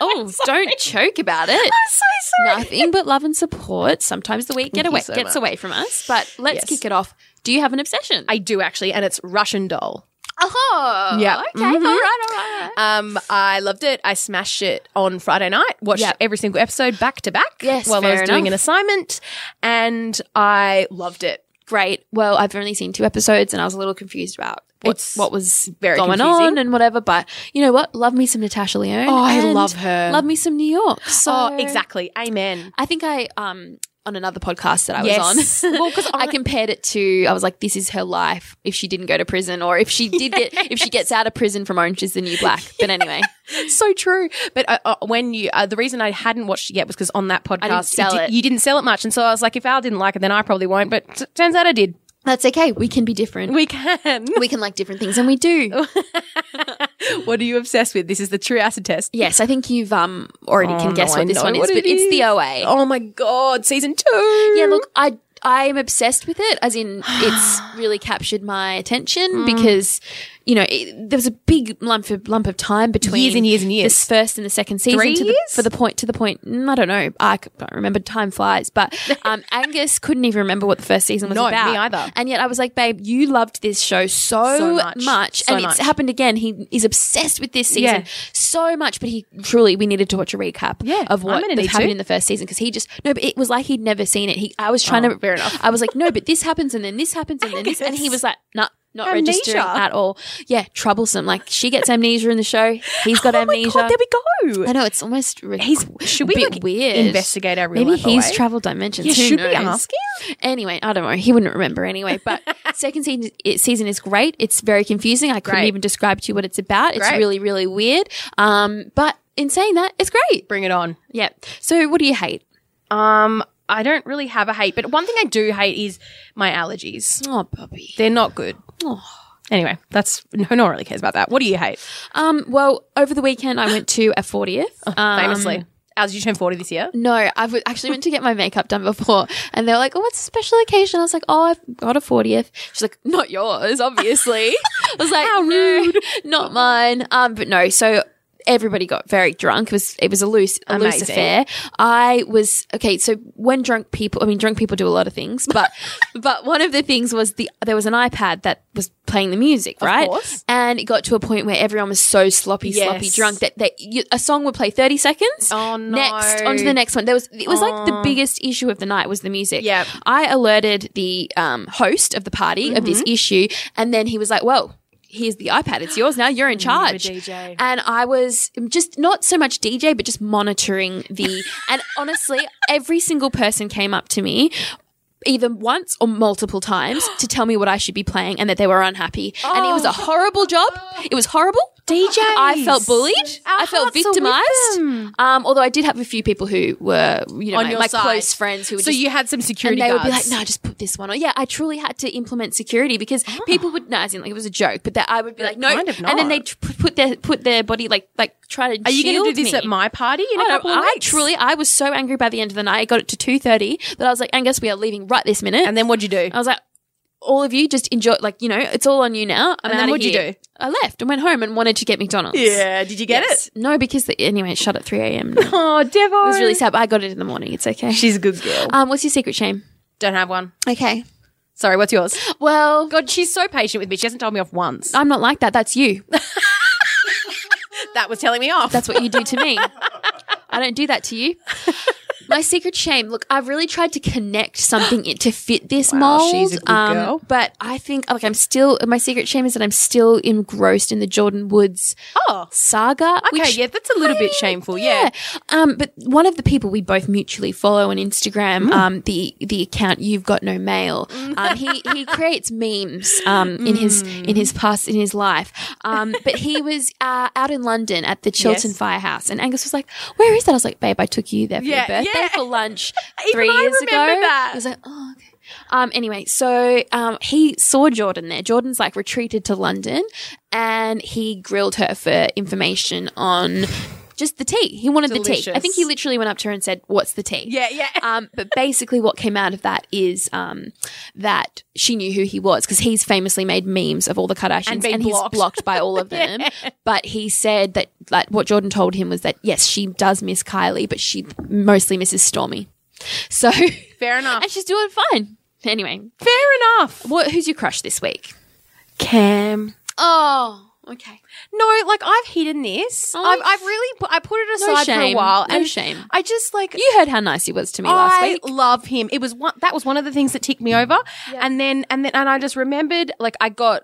Speaker 3: oh, don't choke about it.
Speaker 2: so sorry.
Speaker 3: Nothing but love and support. Sometimes the week get
Speaker 2: you
Speaker 3: away,
Speaker 2: so
Speaker 3: gets
Speaker 2: much.
Speaker 3: away from us, but let's
Speaker 2: Yes.
Speaker 3: kick it off. Do you have an obsession?
Speaker 2: I do actually, and it's Russian Doll.
Speaker 3: oh,
Speaker 2: Yeah.
Speaker 3: Okay,
Speaker 2: Mhm.
Speaker 3: all right, all right.
Speaker 2: Um, I loved it. I smashed it on Friday night. Watched
Speaker 3: Yeah.
Speaker 2: every single episode back to back.
Speaker 3: Yes,
Speaker 2: while I was
Speaker 3: fair
Speaker 2: doing
Speaker 3: enough.
Speaker 2: an assignment, and I loved it.
Speaker 3: great. Well, I've only seen two episodes and I was a little confused about what,
Speaker 2: It's
Speaker 3: what was
Speaker 2: very
Speaker 3: going
Speaker 2: confusing.
Speaker 3: on and whatever. But you know what? Love me some Natasha Leone.
Speaker 2: Oh, I
Speaker 3: and
Speaker 2: love her.
Speaker 3: Love me some New York. So
Speaker 2: oh, exactly. Amen.
Speaker 3: I think I um on another podcast that I
Speaker 2: Yes.
Speaker 3: *laughs* was on.
Speaker 2: Well, 'cause
Speaker 3: I compared it to I was like, this is her life if she didn't go to prison or if she
Speaker 2: *laughs*
Speaker 3: did get if she gets out of prison from Orange is the New Black. But anyway,
Speaker 2: so true. But uh, uh, when you, uh, the reason I hadn't watched it yet was because on that podcast,
Speaker 3: sell it.
Speaker 2: you didn't sell it much, and so I was like, if Al didn't like it, then I probably won't. But t- turns out I did. *laughs*
Speaker 3: that's okay. We can be different.
Speaker 2: We can. *laughs*
Speaker 3: we can like different things and we do.
Speaker 2: what are you obsessed with? This is the true acid test.
Speaker 3: Yes, I think you've um already
Speaker 2: Oh,
Speaker 3: can guess
Speaker 2: no, I
Speaker 3: what this
Speaker 2: know
Speaker 3: one is,
Speaker 2: what
Speaker 3: but
Speaker 2: it
Speaker 3: it's the
Speaker 2: is.
Speaker 3: OA.
Speaker 2: Oh my god, season two.
Speaker 3: Yeah, look, I I'm obsessed with it.
Speaker 2: *gasps*
Speaker 3: As in, it's really captured my attention
Speaker 2: Mm.
Speaker 3: because you know it, there was a big lump of lump of time between
Speaker 2: Years and years and years.
Speaker 3: This first and the second season
Speaker 2: Three
Speaker 3: to
Speaker 2: years?
Speaker 3: The, for the point to the point. mm, I don't know. I c- don't remember. Time flies.
Speaker 2: *laughs*
Speaker 3: But um, Angus couldn't even remember what the first season was
Speaker 2: No, me
Speaker 3: about.
Speaker 2: either.
Speaker 3: And yet I was like, babe, you loved this show so,
Speaker 2: So much.
Speaker 3: much,
Speaker 2: So
Speaker 3: and
Speaker 2: much.
Speaker 3: it's happened again. He is obsessed with this season
Speaker 2: Yeah.
Speaker 3: so much. But he truly, we needed to watch a recap
Speaker 2: Yeah,
Speaker 3: of
Speaker 2: I'm
Speaker 3: what
Speaker 2: gonna need to.
Speaker 3: happened in the first season because he just no. But it was like he'd never seen it. He I was trying
Speaker 2: Oh,
Speaker 3: to
Speaker 2: fair enough.
Speaker 3: I was like, no, but this happens and then this happens and then this, and he was like, nah, not
Speaker 2: Amnesia.
Speaker 3: registering at all. Yeah, troublesome. Like she gets amnesia in the show. He's got
Speaker 2: oh
Speaker 3: amnesia.
Speaker 2: My God, there we go.
Speaker 3: I know it's almost re-
Speaker 2: He's- should we,
Speaker 3: a bit
Speaker 2: like,
Speaker 3: weird
Speaker 2: investigate our real
Speaker 3: maybe
Speaker 2: life
Speaker 3: he's
Speaker 2: away?
Speaker 3: traveled dimensions.
Speaker 2: Yeah,
Speaker 3: Who
Speaker 2: should we
Speaker 3: knows?
Speaker 2: ask
Speaker 3: Anyway, I don't know. He wouldn't remember anyway.
Speaker 2: *laughs*
Speaker 3: But second season it, season is great. It's very confusing. I couldn't
Speaker 2: Great.
Speaker 3: even describe to you what it's about. It's
Speaker 2: Great.
Speaker 3: really really weird. Um, but in saying that, it's great.
Speaker 2: Bring it on.
Speaker 3: Yeah. So what do you hate?
Speaker 2: Um, I don't really have a hate, but one thing I do hate is my allergies.
Speaker 3: Oh, puppy.
Speaker 2: They're not good.
Speaker 3: Oh.
Speaker 2: Anyway, that's no, no one really cares about that. What do you hate?
Speaker 3: Um, well, over the weekend I went to a fortieth.
Speaker 2: Famously, as you turn forty this year,
Speaker 3: No, I w- actually went to get my makeup done before, and they were like, "Oh, it's a special occasion." I was like, "Oh, I've got a fortieth. She's like, "Not yours, obviously." I was like, "No, not mine." Um, but no, so everybody got very drunk. It was it was a loose a loose
Speaker 2: Amazing.
Speaker 3: affair. I was okay. So when drunk people, I mean, drunk people do a lot of things,
Speaker 2: *laughs*
Speaker 3: but but one of the things was the there was an iPad that was playing the music, right?
Speaker 2: course.
Speaker 3: And it got to a point where everyone was so sloppy, sloppy
Speaker 2: Yes.
Speaker 3: drunk that, that you, a song would play thirty seconds.
Speaker 2: Oh, no.
Speaker 3: Next, onto the next one. There was it was like the biggest issue of the night was the music.
Speaker 2: Yep.
Speaker 3: I alerted the um, host of the party of this
Speaker 2: Mm-hmm.
Speaker 3: issue, and then he was like, "Well." Here's the iPad. It's yours now. You're in charge.
Speaker 2: DJ.
Speaker 3: And I was just not so much DJ, but just monitoring
Speaker 2: *laughs*
Speaker 3: the. and honestly, every single person came up to me, either once or multiple times, to tell me what I should be playing and that they were unhappy. And it was
Speaker 2: Oh.
Speaker 3: a horrible job. It was horrible.
Speaker 2: DJs.
Speaker 3: I felt bullied.
Speaker 2: Our
Speaker 3: I felt
Speaker 2: hearts are with
Speaker 3: victimized. Um, although I did have a few people who were, you know,
Speaker 2: On
Speaker 3: my,
Speaker 2: your
Speaker 3: my
Speaker 2: side.
Speaker 3: close friends who were
Speaker 2: so
Speaker 3: just.
Speaker 2: you had some security
Speaker 3: and they
Speaker 2: guards.
Speaker 3: would be like, "No, just put this one on." Yeah, I truly had to implement security because people would. No, as in, like it was a joke, but that I would be like, "No,"
Speaker 2: Ah. kind of
Speaker 3: and then
Speaker 2: not.
Speaker 3: they tr- put their put their body like like try to.
Speaker 2: Are you going
Speaker 3: going
Speaker 2: to do this at my party in a
Speaker 3: I, don't-
Speaker 2: couple of
Speaker 3: Oh, I
Speaker 2: weeks?
Speaker 3: truly, I was so angry by the end of the night. I got it to two thirty that I was like, "Angus, we are leaving right this minute."
Speaker 2: And then what'd you do?
Speaker 3: I was like, all of you just enjoy, like, you know, it's all on you now. I'm
Speaker 2: And then
Speaker 3: outta
Speaker 2: what'd you
Speaker 3: here.
Speaker 2: do?
Speaker 3: I left and went home and wanted to get McDonald's.
Speaker 2: Did you get
Speaker 3: Yes. No, because the, anyway, it shut at
Speaker 2: *laughs*
Speaker 3: 3 a.m. now. it
Speaker 2: Oh, Devo.
Speaker 3: was really sad. but I got it in the morning. It's okay.
Speaker 2: She's a good girl.
Speaker 3: um, what's your secret shame?
Speaker 2: don't have one.
Speaker 3: Okay.
Speaker 2: Sorry, what's
Speaker 3: *gasps*
Speaker 2: yours?
Speaker 3: Well,
Speaker 2: God, she's so patient with me. She hasn't told me off once.
Speaker 3: I'm not like that. That's you.
Speaker 2: *laughs* that was telling me off.
Speaker 3: That's what you do to *laughs* me. I don't do that to you. My secret shame. Look, I've really tried to connect something in- to fit this mold. um,
Speaker 2: she's a good girl.
Speaker 3: But I think, like, I'm still. My secret shame is that I'm still engrossed in the Jordan Woods
Speaker 2: oh,
Speaker 3: saga.
Speaker 2: okay.
Speaker 3: which-
Speaker 2: yeah, that's a little bit shameful. Yeah.
Speaker 3: Um, but one of the people we both mutually follow on Instagram,
Speaker 2: Mm.
Speaker 3: um, the the account you've got no mail. Um, he
Speaker 2: *laughs*
Speaker 3: he creates memes um, in his
Speaker 2: Mm.
Speaker 3: in his past in his life. Um, but he was uh, out in London at the Chiltern
Speaker 2: Yes.
Speaker 3: Firehouse, and Angus was like, "Where is that?" I was like, "Babe, I took you there for
Speaker 2: Yeah,
Speaker 3: your birthday
Speaker 2: yeah.
Speaker 3: for lunch
Speaker 2: *laughs* Even
Speaker 3: three
Speaker 2: I
Speaker 3: years ago."
Speaker 2: remember that.
Speaker 3: I was like, "Oh." okay." Um, anyway, so um, he saw Jordan there. Jordan's like retreated to London and he grilled her for information on just the tea. He wanted the tea. I think
Speaker 2: Delicious.
Speaker 3: he literally went up to her and said, What's the tea?
Speaker 2: Yeah, *laughs* yeah.
Speaker 3: Um, but basically, what came out of that is um, that she knew who he was because he's famously made memes of all the Kardashians
Speaker 2: And
Speaker 3: and,
Speaker 2: been
Speaker 3: he's
Speaker 2: blocked.
Speaker 3: blocked by
Speaker 2: *laughs*
Speaker 3: all of them. But he said that, like, what Jordan told him was that, yes, she does miss Kylie, but she mostly misses Stormy. So, *laughs*
Speaker 2: Fair enough.
Speaker 3: and she's doing fine. Anyway,
Speaker 2: Fair enough.
Speaker 3: what, who's your crush this week?
Speaker 2: Cam.
Speaker 3: Oh, okay.
Speaker 2: No, like I've hidden this.
Speaker 3: Oh,
Speaker 2: I've, I've really put, I put it
Speaker 3: No
Speaker 2: aside for a
Speaker 3: shame.
Speaker 2: while.
Speaker 3: No
Speaker 2: and
Speaker 3: shame.
Speaker 2: I just like
Speaker 3: You heard how nice he was to me last
Speaker 2: I
Speaker 3: week.
Speaker 2: love him. It was one that was one of the things that ticked me over. And then and then and I just remembered like I got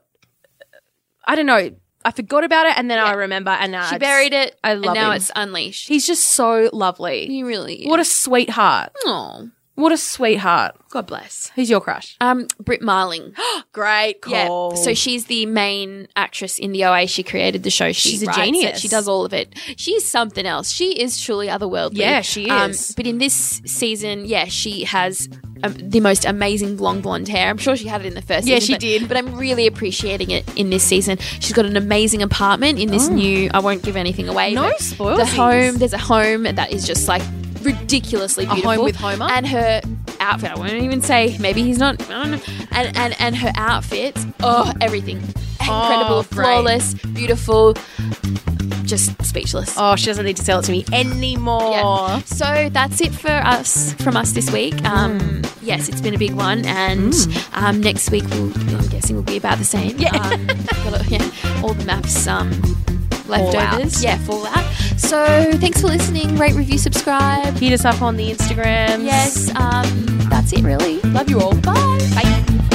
Speaker 2: I don't know, I forgot about it and then I remember and now
Speaker 3: She
Speaker 2: I just-
Speaker 3: buried it.
Speaker 2: I
Speaker 3: and
Speaker 2: love
Speaker 3: now
Speaker 2: him.
Speaker 3: it's unleashed.
Speaker 2: He's just so lovely.
Speaker 3: He really
Speaker 2: What a sweetheart.
Speaker 3: oh,
Speaker 2: What a sweetheart.
Speaker 3: God bless.
Speaker 2: Who's your crush?
Speaker 3: Um, Britt Marling.
Speaker 2: Great
Speaker 3: Yeah. So she's the main actress in the OA. She created the show. She
Speaker 2: She's a
Speaker 3: writes it.
Speaker 2: genius.
Speaker 3: She does all of it. She's something else. She is truly otherworldly. Um,
Speaker 2: Yeah, she is.
Speaker 3: but in this season, yeah, she has um, the most amazing long blonde hair. I'm sure she had it in the first
Speaker 2: Yeah,
Speaker 3: season.
Speaker 2: she
Speaker 3: but,
Speaker 2: did.
Speaker 3: But I'm really appreciating it in this season. She's got an amazing apartment in this new, I won't give anything away.
Speaker 2: Oh. No
Speaker 3: but
Speaker 2: spoilsies.
Speaker 3: The home, there's a home that is just like ridiculously
Speaker 2: home
Speaker 3: beautiful.
Speaker 2: with Homer?
Speaker 3: And her outfit. I won't even say. Maybe he's not. I don't know. And and and her outfits. Oh, everything. Incredible,
Speaker 2: Oh, great.
Speaker 3: flawless, beautiful. Just speechless.
Speaker 2: Oh, she doesn't need to sell it to me anymore.
Speaker 3: Yeah. So that's it for us from us this week. Um, Yes, it's been a big one, and um, next week we'll, I'm guessing will be about the same. Yeah, um, got a- yeah all the maps um,
Speaker 2: Fallout.
Speaker 3: leftovers. Yeah, fallout. So thanks for listening. Rate, review, subscribe.
Speaker 2: Hit us up on the Instagrams.
Speaker 3: Yes, um, that's it really. Love you all. Bye. Bye.